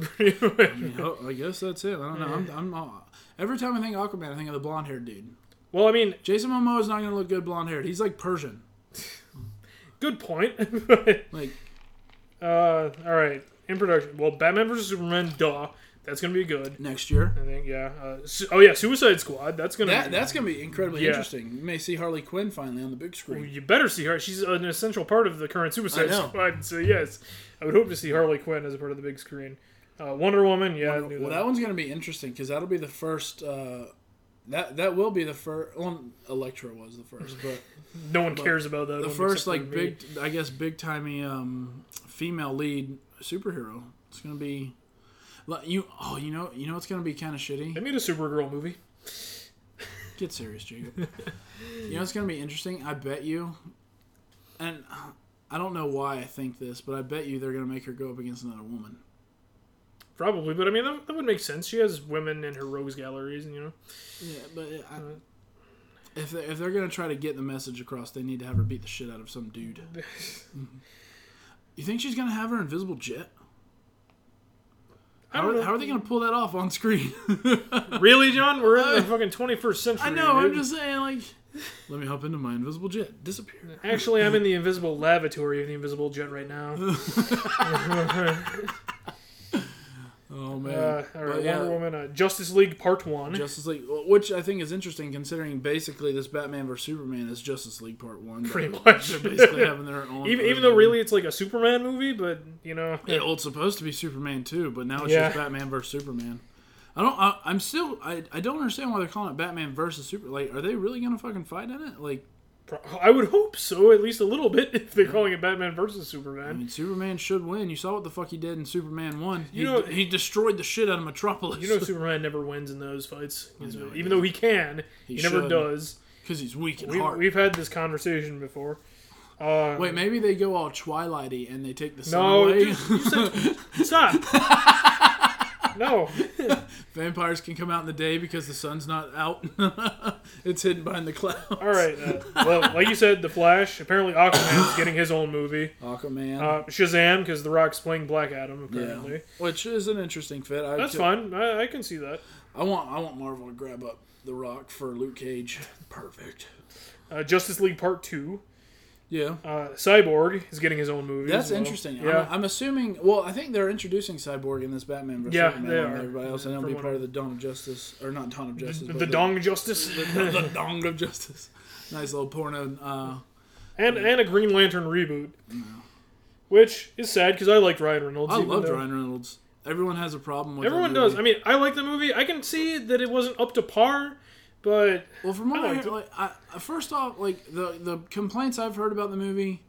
Oh, I guess that's it. I don't know. I'm, I'm uh, every time I think Aquaman, I think of the blonde haired dude. well, I mean, Jason Momoa is not going to look good blonde haired. He's like Persian. good point. Like Uh, all right. In production, well, Batman vs Superman, duh. That's gonna be good. next year. I think, yeah. Uh, su- oh yeah, Suicide Squad. That's gonna. That be, that's going to be incredibly Yeah. interesting. You may see Harley Quinn finally on the big screen. You better see her. She's an essential part of the current Suicide I know. Squad. So yes, I would hope to see Harley Quinn as a part of the big screen. Uh, Wonder Woman, yeah. I knew Well, that. that one's going to be interesting because that'll be the first. Uh, that that will be the first. Well, Electra was the first, but no one cares about that. the one first except for like me. big, I guess, big timey um, female lead superhero. It's going to be. like, You oh you know you know it's gonna be kind of shitty. They made a Supergirl movie. Get serious, Jacob. you know it's gonna be interesting. I bet you, and uh, I don't know why I think this, but I bet you they're gonna make her go up against another woman. Probably, but I mean that, that would make sense. She has women in her rogues galleries, and you know. Yeah, but I, if they, if they're gonna try to get the message across, they need to have her beat the shit out of some dude. Mm-hmm. you think she's gonna have her invisible jet? I How don't are, know. how are they gonna pull that off on screen? Really, John? We're in the fucking 21st century. I know. I'm dude. just saying, like, let me hop into my invisible jet. Disappear. Actually, I'm in the invisible lavatory of the invisible jet right now. Oh man. Uh, all But right, yeah. Wonder Woman, uh, Justice League Part One. Justice League, which I think is interesting considering basically this Batman vs Superman is Justice League Part One. but Pretty much. they're basically having their own. even even though really it's like a Superman movie, but you know, Yeah, well, it's supposed to be Superman too, but now it's Yeah. just Batman vs Superman. I don't. I, I'm still. I, I don't understand why they're calling it Batman versus Super. Like, are they really gonna fucking fight in it? Like, pro- I would hope so at least a little bit if they're calling it Batman versus I Superman. mean, Superman should win. You saw what the fuck he did in Superman One. He, You know- he destroyed the shit out of Metropolis. You know, Superman never wins in those fights, know, even though he can, he, never should. does. because he's weak at We, heart. we've had this conversation before. Uh, Wait, maybe they go all Twilighty and they take the sun no, away. just- you said- stop. no, Vampires can come out in the day because the sun's not out. it's hidden behind the clouds. all right. Uh, well, like you said, the Flash. Apparently, Aquaman's getting his own movie. Aquaman. Uh, Shazam, because The Rock's playing Black Adam. Apparently, yeah. Which is an interesting fit. I that's could- fine. I, I can see that. I want I want Marvel to grab up the rock for Luke Cage. Perfect. Uh, Justice League Part Two. Yeah. Uh, Cyborg is getting his own movie. That's as well. interesting. Yeah, I'm, I'm assuming. Well, I think they're introducing Cyborg in this Batman versus Yeah, Superman they and are. everybody else, and it'll From be what part I- of the Dawn of Justice, or not Dawn of Justice, the, but Dong Justice the, the Dawn of Justice. Nice little porno. Uh, and and a Green Lantern reboot, which is sad because I liked Ryan Reynolds. I even loved though- Ryan Reynolds. Everyone has a problem with. that Everyone does. movie. I mean, I like the movie. I can see that it wasn't up to par, but Well, from what I I, liked heard, it. like, I, I- first off, like the the complaints I've heard about the movie,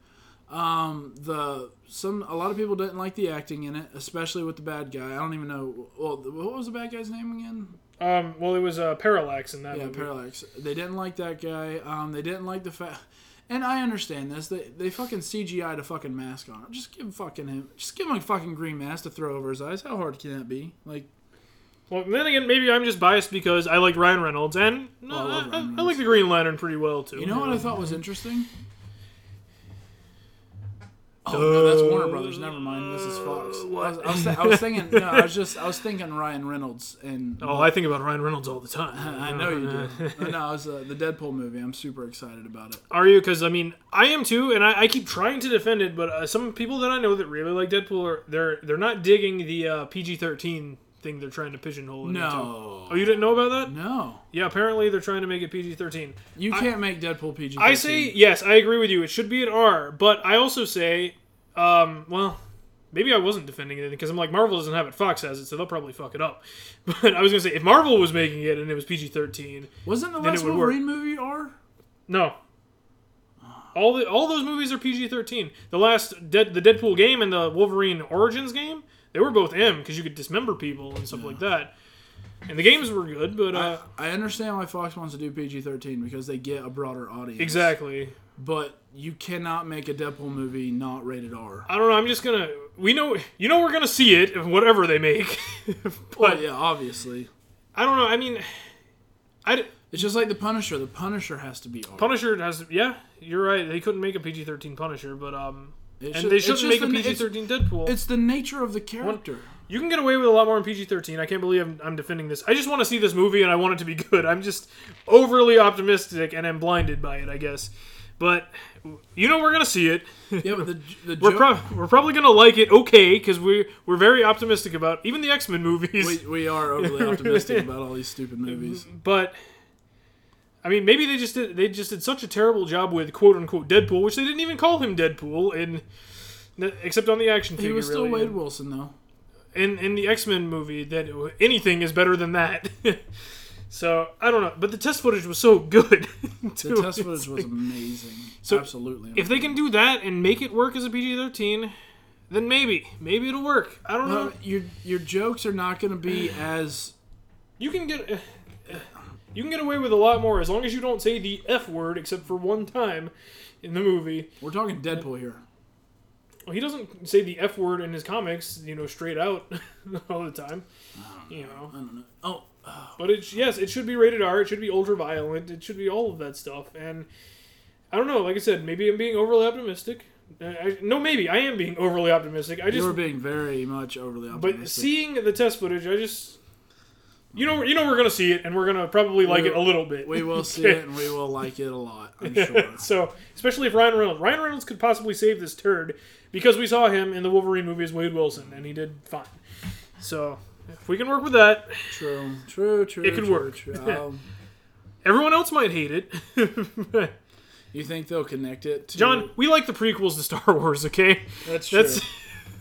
um, the some a lot of people didn't like the acting in it, especially with the bad guy. I don't even know. Well, the- what was the bad guy's name again? um, well, it was uh, Parallax in that Yeah, movie. Parallax. They didn't like that guy. Um, they didn't like the fact. And I understand this. They they fucking CGI'd a fucking mask on him. Just give fucking him. Just give him a fucking green mask to throw over his eyes. How hard can that be? Like, Well, then again, maybe I'm just biased because I like Ryan Reynolds, and no, I love I, I, Ryan I like the Green Lantern pretty well too. you know what I thought was interesting? Oh no, that's uh, Warner Brothers. Never mind. This is Fox. I was, I was, th- I was thinking. No, I was just. I was thinking Ryan Reynolds and. Oh, I think about Ryan Reynolds all the time. I know you do. no, it was uh, the Deadpool movie. I'm super excited about it. Are you? Because I mean, I am too, and I, I keep trying to defend it. But uh, some people that I know that really like Deadpool are they're they're not digging the uh, PG-13 thing they're trying to pigeonhole it into. No, Oh, you didn't know about that? no, Yeah, apparently they're trying to make it PG-13. you can't make Deadpool PG. I say yes, I agree with you. It should be an R, but I also say, um, well, maybe I wasn't defending it because I'm like Marvel doesn't have it, Fox has it, so they'll probably fuck it up. But I was gonna say if Marvel was making it and it was PG-13, wasn't the then last it would work. Wolverine movie R? no. All the all those movies are PG-13. The last Dead, the Deadpool game and the Wolverine Origins game, they were both M because you could dismember people and stuff like that. And the games were good, but uh, I understand why Fox wants to do PG thirteen because they get a broader audience. exactly. But you cannot make a Deadpool movie not rated R. I don't know. I'm just gonna. We know. You know we're gonna see it, whatever they make. but Well, yeah, obviously. I don't know. I mean, I d- It's just like the Punisher. The Punisher has to be R. Punisher has. Yeah, you're right. They couldn't make a PG-13 Punisher, but um, It and should- they it's shouldn't just make a the- it's- PG-13 Deadpool. It's the nature of the character. you can get away with a lot more in PG-13. I can't believe I'm, I'm defending this. I just want to see this movie and I want it to be good. I'm just overly optimistic and I'm blinded by it, I guess. But you know we're gonna see it. Yeah, but the the We're, joke- prob- we're probably gonna like it, okay? Because we we're very optimistic about even the X-Men movies. we, we are overly optimistic about all these stupid movies. but I mean, maybe they just did, they just did such a terrible job with quote unquote Deadpool, which they didn't even call him Deadpool, and except on the action He figure, was still really. Wade Wilson though. in in the X Men movie that anything is better than that. so I don't know, but the test footage was so good. The too. test footage was amazing. Absolutely. if they can do that and make it work as a PG thirteen, then maybe maybe it'll work. I don't know. amazing. Uh, your your jokes are not going to be as You can get you can get away with a lot more as long as you don't say the F word except for one time in the movie. we're talking Deadpool here. Well, he doesn't say the F word in his comics, you know, straight out all the time. You know, I don't know. Oh, but it's yes, it should be rated R. It should be ultra violent. It should be all of that stuff. And I don't know. Like I said, maybe I'm being overly optimistic. I, I- no, maybe I am being overly optimistic. I you just were being very much overly optimistic. but seeing the test footage, I just you know you know we're gonna see it and we're gonna probably like it a little bit. we will see it and we will like it a lot. I'm sure. so especially if Ryan Reynolds, Ryan Reynolds could possibly save this turd because we saw him in the Wolverine movie as Wade Wilson, and he did fine. So if we can work with that, True, true, true. It could true, work. True. Um, everyone else might hate it. you think they'll connect it to John, we like the prequels to Star Wars, okay? That's true. That's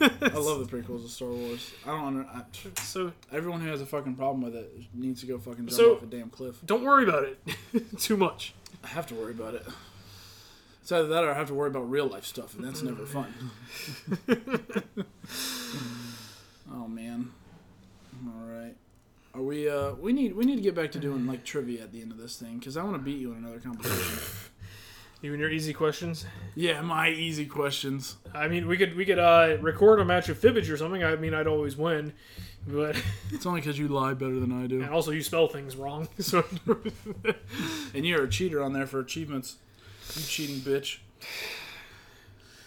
I love the prequels of Star Wars. I don't. Under, I, so. everyone who has a fucking problem with it needs to go fucking jump So- off a damn cliff. Don't worry about it too much. I have to worry about it. It's either that or I have to worry about real life stuff, and that's never fun. oh man. All right. Are we? Uh, we need. We need to get back to doing like trivia at the end of this thing because I want to beat you in another competition. You and your easy questions. yeah, my easy questions. I mean, we could we could uh, record a match of fibbage or something. I mean, I'd always win, but It's only because you lie better than I do. and also you spell things wrong. So And you're a cheater on there for achievements. You cheating bitch.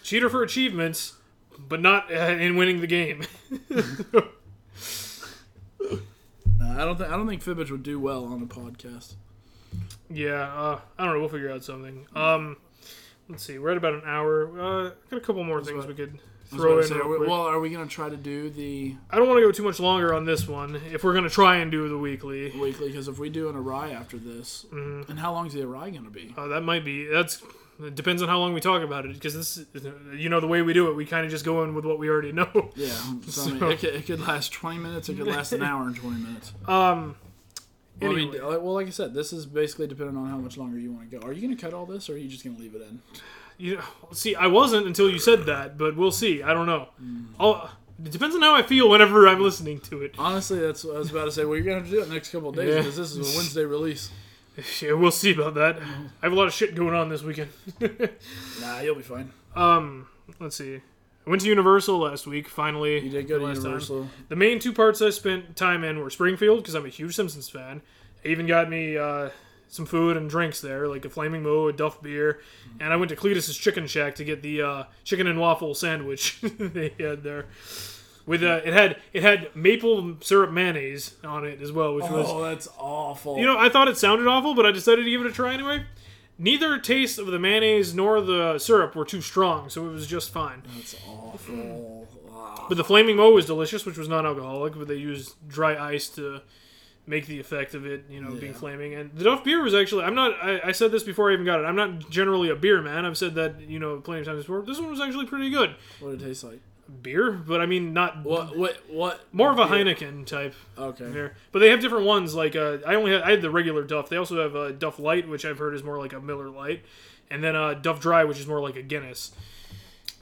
cheater for achievements, but not uh, in winning the game. Nah, Uh, I don't think I don't think Fibbage would do well on a podcast. Yeah, uh, I don't know. We'll figure out something. Um, let's see. We're at about an hour. Uh, got a couple more things about- we could I was about throw to in. say, real are we- quick. well, are we gonna try to do the I don't want to go too much longer on this one. If we're gonna try and do the weekly, Mm-hmm. weekly? Because if we do an awry after this, and how long is the awry gonna be? uh, that might be that's It depends on how long we talk about it because this, you know, the way we do it, we kind of just go in with what we already know. Yeah, um, so, I mean, it, could, it could last 20 minutes. It could last an hour and 20 minutes. Um, Well, I mean, Anyway. like- well, like I said, this is basically depending on how much longer you want to go. Are you going to cut all this, or are you just going to leave it in? you see, I wasn't until you said that, but we'll see. I don't know. Hmm. I'll, it depends on how I feel whenever I'm listening to it. Honestly, that's what I was about to say. Well, you're going to have to do it the next couple of days Yeah. because this is a Wednesday release. Yeah, we'll see about that. I have a lot of shit going on this weekend. Nah, you'll be fine. um, let's see. I went to Universal last week. Finally, You did go to last time. Universal. The main two parts I spent time in were Springfield because I'm a huge Simpsons fan. I even got me uh, some food and drinks there, like a flaming mo, a Duff beer, Mm-hmm. and I went to Cletus's Chicken Shack to get the uh, chicken and waffle sandwich they had there. With uh, it had it had maple syrup mayonnaise on it as well, which was Oh, that's awful. you know I thought it sounded awful, but I decided to give it a try anyway. Neither taste of the mayonnaise nor the syrup were too strong, so it was just fine. that's awful. Ah. But the flaming mo was delicious, which was non-alcoholic, but they used dry ice to make the effect of it, you know, being Yeah. flaming. And the Duff beer was actually I'm not I, I said this before I even got it. I'm not generally a beer man. I've said that, you know, plenty of times before. This one was actually pretty good. What did it taste like? Beer, but I mean not What? What? What? more of a Heineken type Okay. beer. But they have different ones like uh, I only had I had the regular Duff. They also have uh, Duff Light, which I've heard is more like a Miller Light, and then uh, Duff Dry, which is more like a Guinness.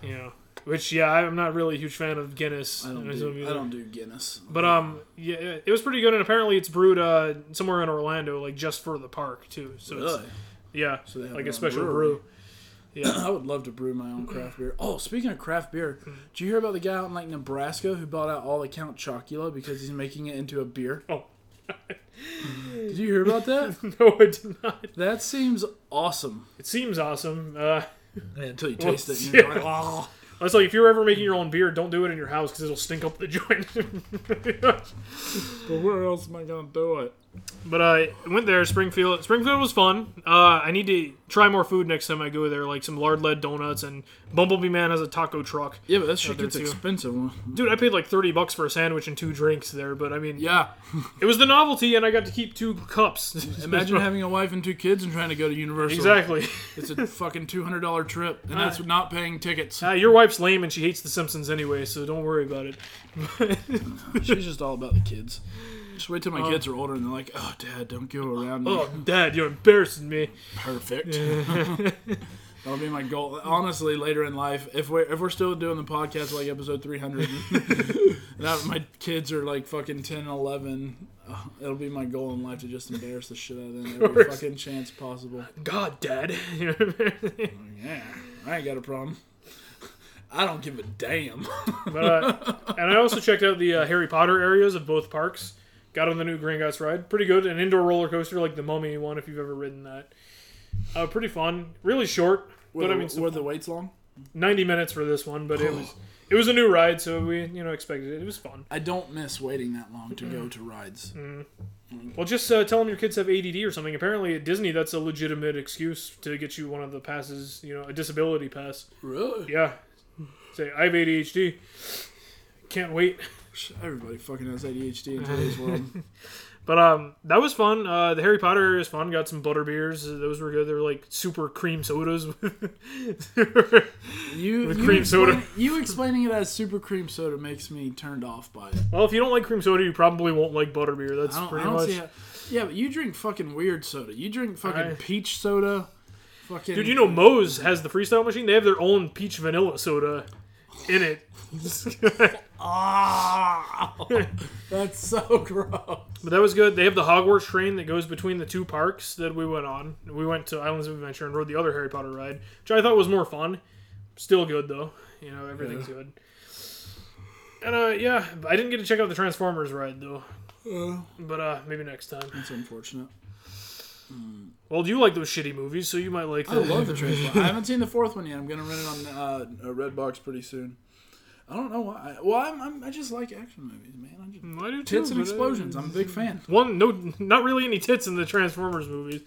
You know, which yeah, I'm not really a huge fan of Guinness. I don't So, you do. I know. don't do Guinness. But um, yeah, it was pretty good, and apparently it's brewed uh somewhere in Orlando, like just for the park too. So Really? it's, yeah, So they have like a their own special brewery. brew. Yeah, I would love to brew my own craft beer. Oh, speaking of craft beer, did you hear about the guy out in like Nebraska who bought out all the Count Chocula because he's making it into a beer? Oh. did you hear about that? no, I did not. That seems awesome. It seems awesome. Uh, until you taste it, yeah. and you're like, oh. it's like if you're ever making your own beer, don't do it in your house because it'll stink up the joint. But where else am I gonna do it? but uh, I went there. Springfield. Springfield was fun. Uh, I need to try more food next time I go there, like some lard led donuts and Bumblebee Man has a taco truck. Yeah, but that shit there gets too. expensive. huh? Dude, I paid like thirty bucks for a sandwich and two drinks there, but I mean, Yeah, It was the novelty, and I got to keep two cups. imagine having a wife and two kids and trying to go to Universal. exactly. It's a fucking two hundred dollar trip, and that's not paying tickets. Uh, your wife's lame, and she hates The Simpsons anyway, so don't worry about it. She's just all about the kids. Just wait till my kids are older and they're like, "Oh, Dad, don't go around me." Oh, Dad, you're embarrassing me. Perfect. That'll be my goal. Honestly, later in life, if we're if we're still doing the podcast like episode three hundred, that my kids are like fucking 10, 11, uh, it'll be my goal in life to just embarrass the shit out of them every course. fucking chance possible. God, Dad. Yeah, I ain't got a problem. I don't give a damn. but, uh, and I also checked out the uh, Harry Potter areas of both parks. Got on the new Gringotts ride. Pretty good. An indoor roller coaster like the Mummy one, if you've ever ridden that. Uh, pretty fun. Really short. Were, but the, I mean, some were the waits long? 90 minutes for this one, but it was it was a new ride, so we you know expected it. It was fun. I don't miss waiting that long to Mm. go to rides. Well, just uh, tell them your kids have ADD or something. Apparently, at Disney, that's a legitimate excuse to get you one of the passes, you know, a disability pass. Really? Yeah. Say, I have ADHD. Can't wait. Everybody fucking has ADHD in today's world. But um, that was fun. Uh, the Harry Potter area is fun. Got some butter beers. Those were good. They were like super cream sodas. You, With you cream explain- soda. You explaining it as super cream soda makes me turned off by it. well, if you don't like cream soda, you probably won't like butter beer. That's I don't, pretty I don't much. see how. Yeah, but you drink fucking weird soda. You drink fucking I- peach soda. Fucking Dude, you know Moe's has the freestyle machine. They have their own peach vanilla soda in it. Ah, that's so gross. But that was good. They have the Hogwarts train that goes between the two parks that we went on. We went to Islands of Adventure and rode the other Harry Potter ride, which I thought was more fun. Still good though. You know, everything's good. And uh yeah, I didn't get to check out the Transformers ride though. But uh maybe next time. That's unfortunate. Well, you like those shitty movies, so you might like I them. love the Transformers. I haven't seen the fourth one yet. I'm gonna rent it on uh, a Redbox pretty soon. I don't know why. Well, I'm, I'm, I just like action movies, man. I just, I do too, tits and but, uh, explosions. I'm a big fan. One no not really any tits in the Transformers movies.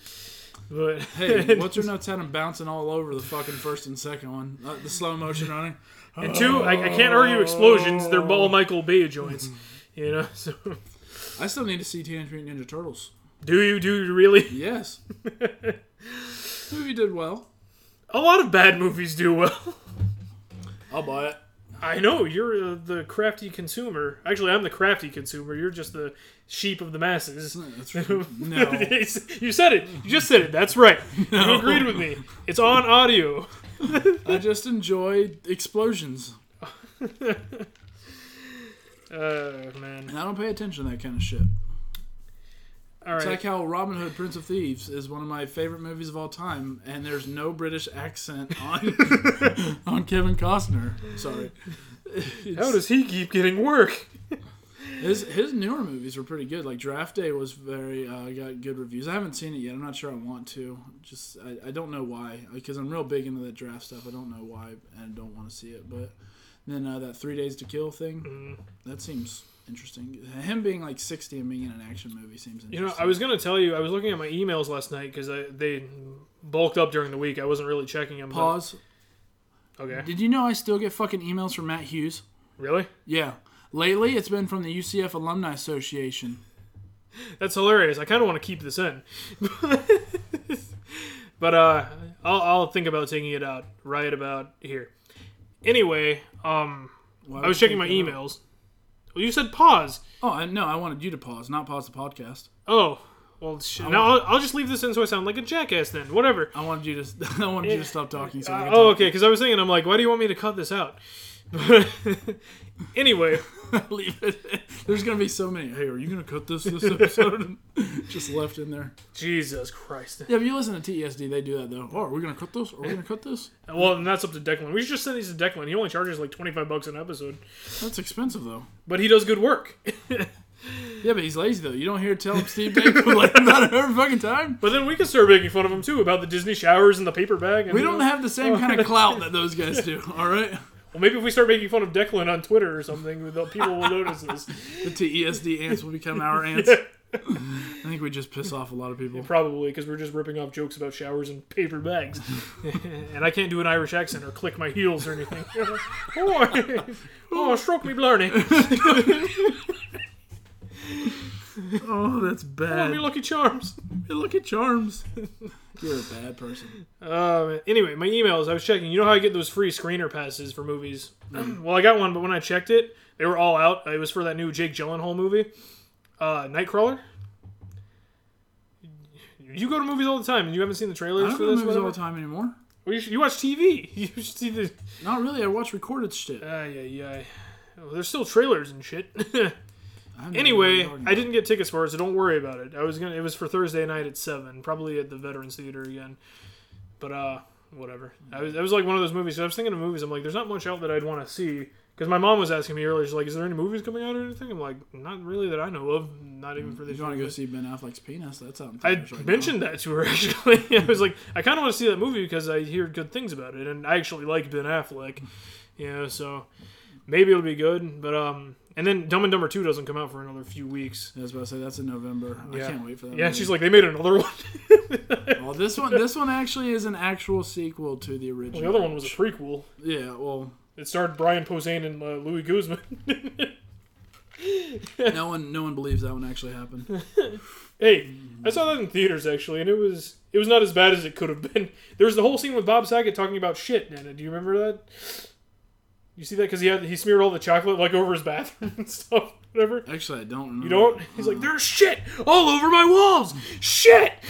But Hey, what's your nuts had him bouncing all over the fucking first and second one? Uh, the slow motion running. and two, I, I can't argue explosions, they're Oh. all Michael Bay joints. You know, so I still need to see Teenage Mutant Ninja Turtles. do you do you really Yes. Movie did well. A lot of bad movies do well. I'll buy it. I know you're uh, the crafty consumer. Actually, I'm the crafty consumer. You're just the sheep of the masses. That's no. It's- you said it. You just said it. That's right. You agreed with me. It's on audio. I just enjoy explosions. Oh man. And I don't pay attention to that kind of shit. All It's right. like how Robin Hood, Prince of Thieves, is one of my favorite movies of all time, and there's no British accent on on Kevin Costner. Sorry, How does he keep getting work? his his newer movies were pretty good. Like Draft Day was very uh, got good reviews. I haven't seen it yet. I'm not sure I want to. Just I, I don't know why because I'm real big into that draft stuff. I don't know why and I don't want to see it. But then uh, that Three Days to Kill thing, Mm-hmm. that seems interesting. Him being like 60 and being in an action movie seems interesting. You know, I was gonna tell you. I was looking at my emails last night because they bulked up during the week. I wasn't really checking them. but- pause. Okay. Did you know I still get fucking emails from Matt Hughes? Really? Yeah. Lately, it's been from the UCF Alumni Association. That's hilarious. I kind of want to keep this in. but uh, I'll, I'll think about taking it out right about here. Anyway, um, Why I was would checking you my think that? emails. Well, you said pause. Oh, I, no, I wanted you to pause, not pause the podcast. Oh, well, shit. Now I'll, I'll just leave this in so I sound like a jackass then. Whatever. I wanted you to. I wanted you to stop talking. So I could Oh, talk. okay. Because I was thinking, I'm like, why do you want me to cut this out? anyway, Leave it. There's gonna be so many. Hey, are you gonna cut this this episode? Just left in there. Jesus Christ. Yeah, if you listen to TESD, they do that though. Oh, are we gonna cut this? Are we gonna cut this? Well, and that's up to Declan. We should just send these to Declan. He only charges like 25 bucks an episode, That's expensive though. but he does good work. Yeah, but he's lazy though. You don't hear tell him Steve Dangle like about it every fucking time. But then we could start making fun of him too about the Disney showers and the paper bag. And We don't have the same kind of clout that those guys do. All right, Well, maybe if we start making fun of Declan on Twitter or something, the people will notice this. the TESD ants will become our ants. I think we just piss off a lot of people. Probably because we're just ripping off jokes about showers and paper bags, and I can't do an Irish accent or click my heels or anything. oh, oh, stroke me blarney. Oh, that's Oh, bad. me lucky charms. Look at Charms. You're a bad person. Um, anyway, my emails. I was checking. You know how I get those free screener passes for movies? well, I got one, but when I checked it, they were all out. It was for that new Jake Gyllenhaal movie, uh, Nightcrawler. You go to movies all the time, and you haven't seen the I trailers don't for go this. to movies all the whatever? time anymore. Well, you, should- you watch TV. You should see the. Not really. I watch recorded shit. Ay, ay, ay. Well, there's still trailers and shit. I know anyway, what you're talking I didn't get tickets for it, so don't worry about it. I was gonna. It was for Thursday night at seven, probably at the Veterans Theater again. But uh, whatever. I was. That was like one of those movies. 'cause I was thinking of movies. I'm like, there's not much out that I'd want to see. Because my mom was asking me earlier, she's like, "Is there any movies coming out or anything?" I'm like, "Not really that I know of. Not even for about. this." If Mm, you want to year, go see Ben Affleck's penis, that's out in I theaters right mentioned that to her actually. I was like, I kind of want to see that movie because I hear good things about it, and I actually like Ben Affleck. You know, so maybe it'll be good. But um, and then Dumb and Dumber Two doesn't come out for another few weeks. Now. I was about to say that's in November. Yeah. I can't wait for that. Yeah, movie. she's like, they made another one. Well, this one, this one actually is an actual sequel to the original. the other one was a prequel. Yeah. Well, It starred Brian Posehn and uh, Louis Guzman. no one, no one believes that one actually happened. hey, I saw that in theaters actually, and it was it was not as bad as it could have been. There was the whole scene with Bob Saget talking about shit. Nana, do you remember that? You see that because he had he smeared all the chocolate like over his bathroom and stuff, whatever. Actually, I don't. Remember. You don't? He's like, there's shit all over my walls. Shit.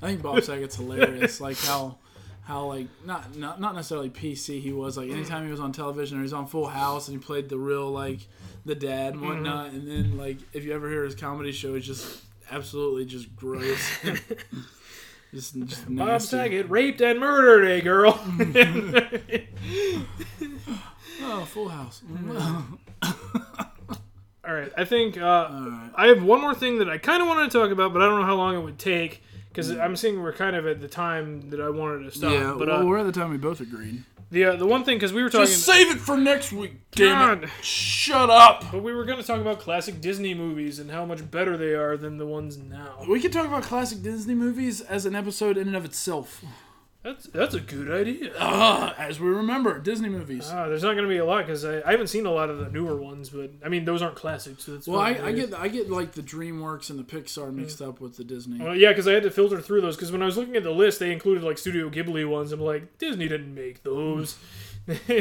I think Bob Saget's hilarious. Like how, how like not not not necessarily PC he was. Like anytime he was on television or he's on Full House and he played the real like the dad Mm-hmm. and whatnot. And then like if you ever hear his comedy show, it's just absolutely just gross. just, just Bob nasty. Saget raped and murdered a girl. Oh, Full House. Mm-hmm. all right, I think. Uh, All right. I have one more thing that I kind of wanted to talk about, but I don't know how long it would take because I'm seeing we're kind of at the time that I wanted to stop. Yeah, but well, uh, we're at the time we both agreed. the uh, the one thing because we were talking, Just save it for next week, damn God, it. Shut up. but we were going to talk about classic Disney movies and how much better they are than the ones now. We could talk about classic Disney movies as an episode in and of itself. That's that's a good idea. Ugh, as we remember, Disney movies. Ah, there's not going to be a lot because I, I haven't seen a lot of the newer ones, but I mean those aren't classics. So that's well, I, fine. I get I get like the DreamWorks and the Pixar mixed up with the Disney. Well, yeah, because I had to filter through those because when I was looking at the list, they included like Studio Ghibli ones. I'm like, Disney didn't make those.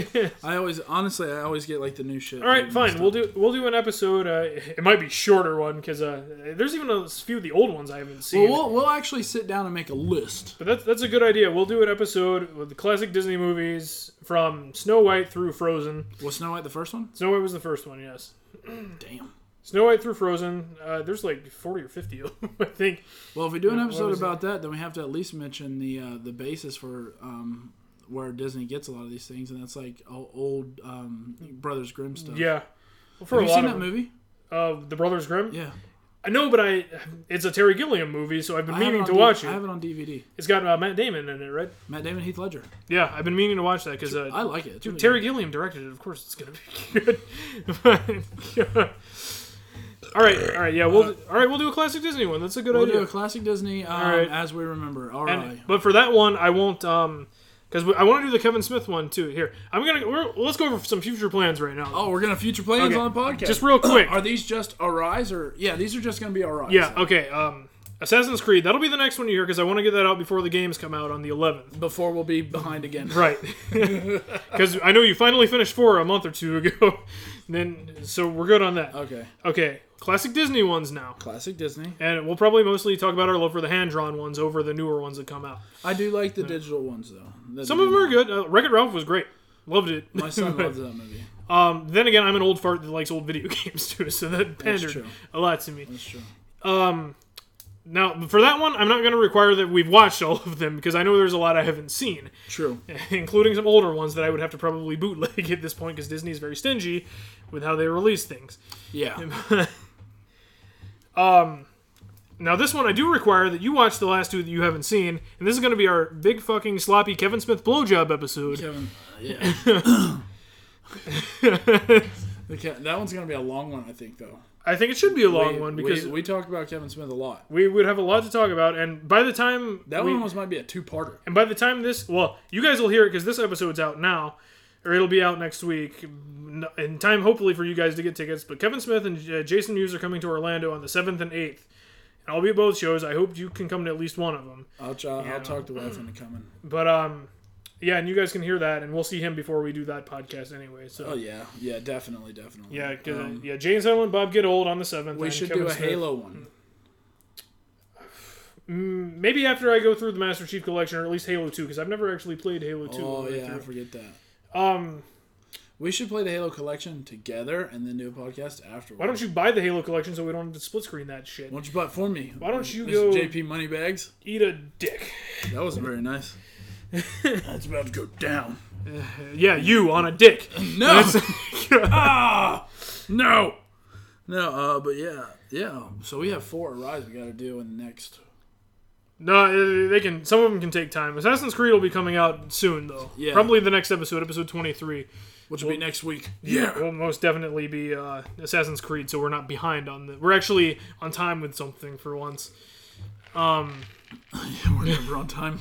I always honestly I always get like the new shit. All right, fine. We'll do we'll do an episode. Uh, it might be shorter one because uh, there's even a few of the old ones I haven't Well, seen. we'll we'll actually sit down and make a list. but that's that's a good idea. We'll do an episode with the classic Disney movies from Snow White through Frozen. Was Snow White the first one? Snow White was the first one, yes. Damn. Snow White through Frozen. Uh, there's like 40 or 50 of them, I think. Well, if we do an what episode was about that, then we have to at least mention the uh, the basis for um, where Disney gets a lot of these things, and that's like o- old um, Brothers Grimm stuff. Yeah. Well, for a Have you lot seen of that movie? of the Brothers Grimm. Yeah, I know, but I it's a Terry Gilliam movie, so I've been I have meaning on to D- watch I it. have it on DVD. It's got uh, Matt Damon in it, right? Matt Damon, Heath Ledger. Yeah, I've been meaning to watch that because uh, I like it. It's Dude, really Terry Gilliam directed it. Of course, it's gonna be good. all right, all right, yeah, we'll all right, we'll do a classic Disney one. That's a good good. Uh, We'll do idea. a Oh, classic Disney um, right. as we remember. All And- right. but for that one, I won't um because I want to do the Kevin Smith one too. Here, I'm gonna we're, let's go over some future plans right now. Oh, we're gonna future plans Okay. on the podcast. Just real quick. Are these just arise or yeah? These are just gonna be arise. yeah, okay. Um, Assassin's Creed. That'll be the next one you hear because I want to get that out before the games come out on the 11th. Before we'll be behind again. Right. Because I know you finally finished four a month or two ago. And then so we're good on that. Okay. Okay, classic Disney ones now, Classic Disney. and we'll probably mostly talk about our love for the hand drawn ones over the newer ones that come out. I do like the digital ones though. The- Some of them are good. Uh, Wreck It Ralph was great. Loved it. My son loves that movie. um, then again, I'm an old fart that likes old video games too, so that pandered true. a lot to me. That's true. Now, for that one, I'm not going to require that we've watched all of them because I know there's a lot I haven't seen. True. including some older ones that I would have to probably bootleg at this point because Disney is very stingy with how they release things. Yeah. Now, this one I do require that you watch the last two that you haven't seen, and this is going to be our big fucking sloppy Kevin Smith blowjob episode. Kevin. Yeah. The Ke- that one's gonna be a long one, I think, though. I think it should be a long We- one because we, we, we talk about Kevin Smith a lot. would have a lot to talk about, and by the time That we- one almost might be a two-parter. and by the time this, well, you guys will hear it because this episode's out now, or it'll be out next week. n- In time, hopefully, for you guys to get tickets. But Kevin Smith and uh, Jason Mewes are coming to Orlando on the seventh and eighth, and I'll be at both shows. I hope you can come to at least one of them. I'll, ch- I'll talk to Wes into coming. But um, yeah, and you guys can hear that, and we'll see him before we do that podcast anyway. So Oh yeah, yeah, definitely, definitely. yeah, 'cause, uh, Um, yeah, Jane Silent and Bob get old on the seventh. we and should Kevin do a Smith. Halo one. Maybe after I go through the Master Chief Collection, or at least Halo Two, because I've never actually played Halo Two. all Oh the way yeah, I through. forget that. Um, We should play the Halo collection together and then do a podcast afterwards. why don't you buy the Halo Collection so we don't have to split screen that shit? Why don't you buy it for me? Why don't you Mr. go- JP Moneybags? Eat a dick. That wasn't very nice. That's about to go down. Yeah, you on a dick. No, Ah! yeah, no, no. Uh, but yeah, yeah. So we have four rides we got to do in the next. no, uh, they can. Some of them can take time. Assassin's Creed will be coming out soon, though. Yeah. Probably the next episode, episode twenty-three. Which will be next week. Yeah. will most definitely be uh, Assassin's Creed, so we're not behind on the. We're actually on time with something for once. We're never on time.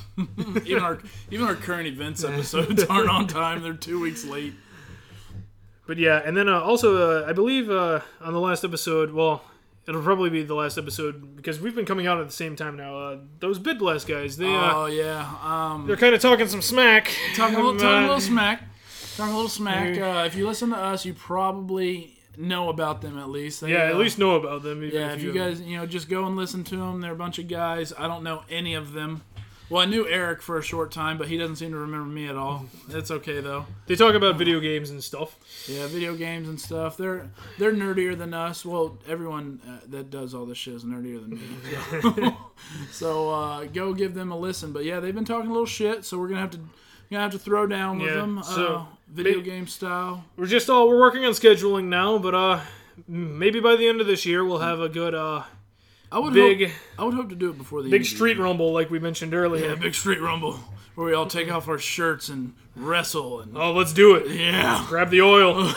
even our even our current events episodes aren't on time. They're two weeks late. But yeah, and then uh, also, uh, I believe uh, on the last episode, well, it'll probably be the last episode because we've been coming out at the same time now. Uh, those Bid Blast guys, they uh, Oh yeah. Um, they're kind of talking some smack. talking a little, Um, talking a uh, little smack. Talking a little smack. Uh, if you listen to us, you probably know about them at least. They, Yeah, at uh, least know about them. even Yeah, if you guys, you know, just go and listen to them. They're a bunch of guys. I don't know any of them. Well, I knew Eric for a short time, but he doesn't seem to remember me at all. That's okay though. they talk about video games and stuff. Yeah, video games and stuff. They're they're nerdier than us. Well, everyone uh, that does all this shit is nerdier than me. So, so uh, go give them a listen. But yeah, they've been talking a little shit, so we're gonna have to gonna have to throw down with Yeah, them. uh, so video may- game style. We're just all we're working on scheduling now, but uh, m- maybe by the end of this year we'll have a good uh I would big Hope, I would hope to do it before the big end of the street rumble like we mentioned year. earlier. Yeah, big street rumble where we all take off our shirts and wrestle and Oh, let's do it. yeah. Grab the oil.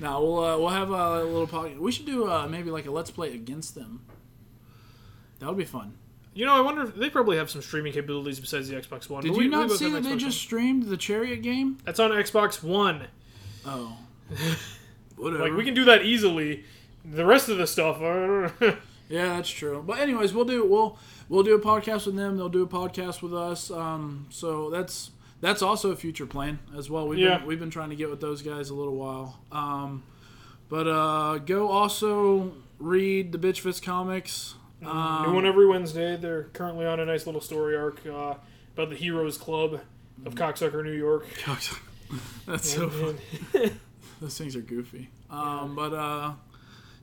Now we'll uh, we'll have a little podcast. We should do uh, maybe like a let's play against them. That would be fun. You know, I wonder if they probably have some streaming capabilities besides the Xbox One. Did but we- you we not both see have that they Xbox just streamed the Chariot game? One. That's on Xbox One. Oh, whatever. Like we can do that easily. The rest of the stuff. uh, Yeah, that's true. But anyways, we'll do we'll we'll do a podcast with them. They'll do a podcast with us. Um, so that's that's also a future plan as well. We've Yeah. been, we've been trying to get with those guys a little while. Um, but uh, go also read the Bitch Fist comics. New Um, one every Wednesday. They're currently on a nice little story arc uh, about the Heroes Club of Cocksucker, New York. that's so funny. And- Those things are goofy. Um, But uh,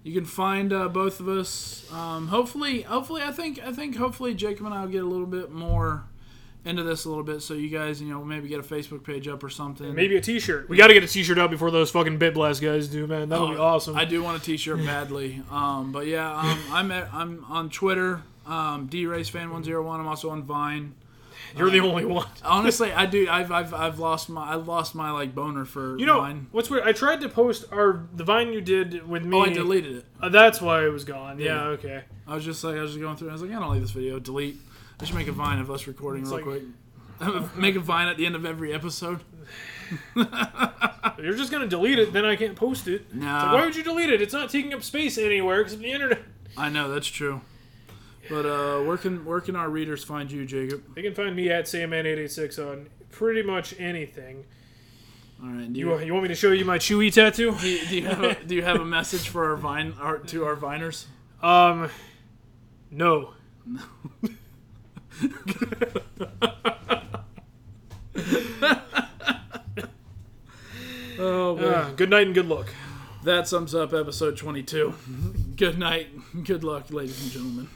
you can find uh, both of us. Um, hopefully, hopefully, I think I think hopefully Jacob and I will get a little bit more into this a little bit. So you guys, you know, maybe get a Facebook page up or something. Maybe a T-shirt. We got to get a T-shirt out before those fucking Bit Blast guys do, man. That'll be Oh, awesome. I do want a T-shirt badly. Um, but yeah, um, I'm at, I'm on Twitter. Um, D Race Fan One Zero One. I'm also on Vine. You're the only one. Honestly, I do. I've, I've, I've lost my I've lost my like boner for You know Vine. what's weird? I tried to post our the Vine you did with me. Oh, I deleted it. Uh, that's why it was gone. Yeah. Yeah. okay. I was just like, I was just going through. and I was like, I don't like this video. Delete. I should make a vine of us recording It's real like- quick. make a vine at the end of every episode. If You're just gonna delete it, then I can't post it. It's like, Nah. why would you delete it? It's not taking up space anywhere except the internet. I know that's true. But uh, where can where can our readers find you, Jacob? They can find me at Sandman886 on pretty much anything. All right. Do You, you, wa- you want me to show you my Chewy tattoo? do you, do you have a, do you have a message for our vine our, to our viners? Um, no. Oh, Uh, good night and good luck. that sums up episode twenty two. good night. Good luck, ladies and gentlemen.